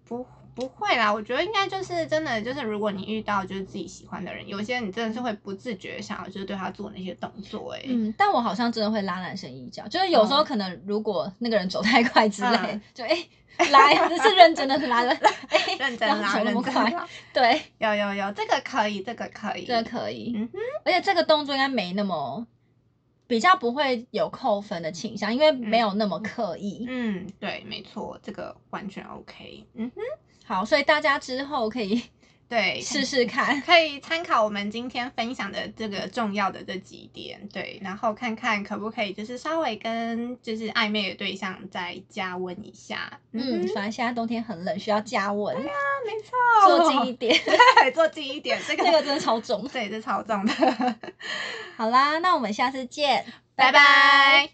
[SPEAKER 1] 不不会啦，我觉得应该就是真的，就是如果你遇到就是自己喜欢的人，有些人你真的是会不自觉想要就是对他做那些动作、欸，哎、
[SPEAKER 2] 嗯，但我好像真的会拉男生衣角，就是有时候
[SPEAKER 1] 嗯
[SPEAKER 2] 可能如果那个人走太快之类，
[SPEAKER 1] 嗯
[SPEAKER 2] 就哎、来，这是认真的拉的，哎、
[SPEAKER 1] 认真
[SPEAKER 2] 然后
[SPEAKER 1] 啦，
[SPEAKER 2] 走那
[SPEAKER 1] 认
[SPEAKER 2] 么
[SPEAKER 1] 真
[SPEAKER 2] 快，
[SPEAKER 1] 啦，
[SPEAKER 2] 对，
[SPEAKER 1] [laughs] 有有有，这个可以，这个可以，
[SPEAKER 2] 这可以，
[SPEAKER 1] 嗯哼
[SPEAKER 2] 而且这个动作应该没那么。比较不会有扣分的倾向，因为没有那么刻意。
[SPEAKER 1] 嗯，对，没错，这个完全 OK，嗯哼，
[SPEAKER 2] 好，所以大家之后可以
[SPEAKER 1] 对，
[SPEAKER 2] 试试看。嗯
[SPEAKER 1] 可以参考我们今天分享的这个重要的这几点，对，然后看看可不可以就是稍微跟就是暧昧的对象再加温一下，
[SPEAKER 2] 嗯，
[SPEAKER 1] 嗯哼，
[SPEAKER 2] 反正现在冬天很冷，需要加温，
[SPEAKER 1] 啊，没错，
[SPEAKER 2] 坐近一 [laughs] 点。
[SPEAKER 1] [laughs] 对，坐近一点，这个
[SPEAKER 2] [laughs] 这个真的超重。
[SPEAKER 1] 这也是超重的，
[SPEAKER 2] 好啦，那我们下次见，
[SPEAKER 1] 拜拜。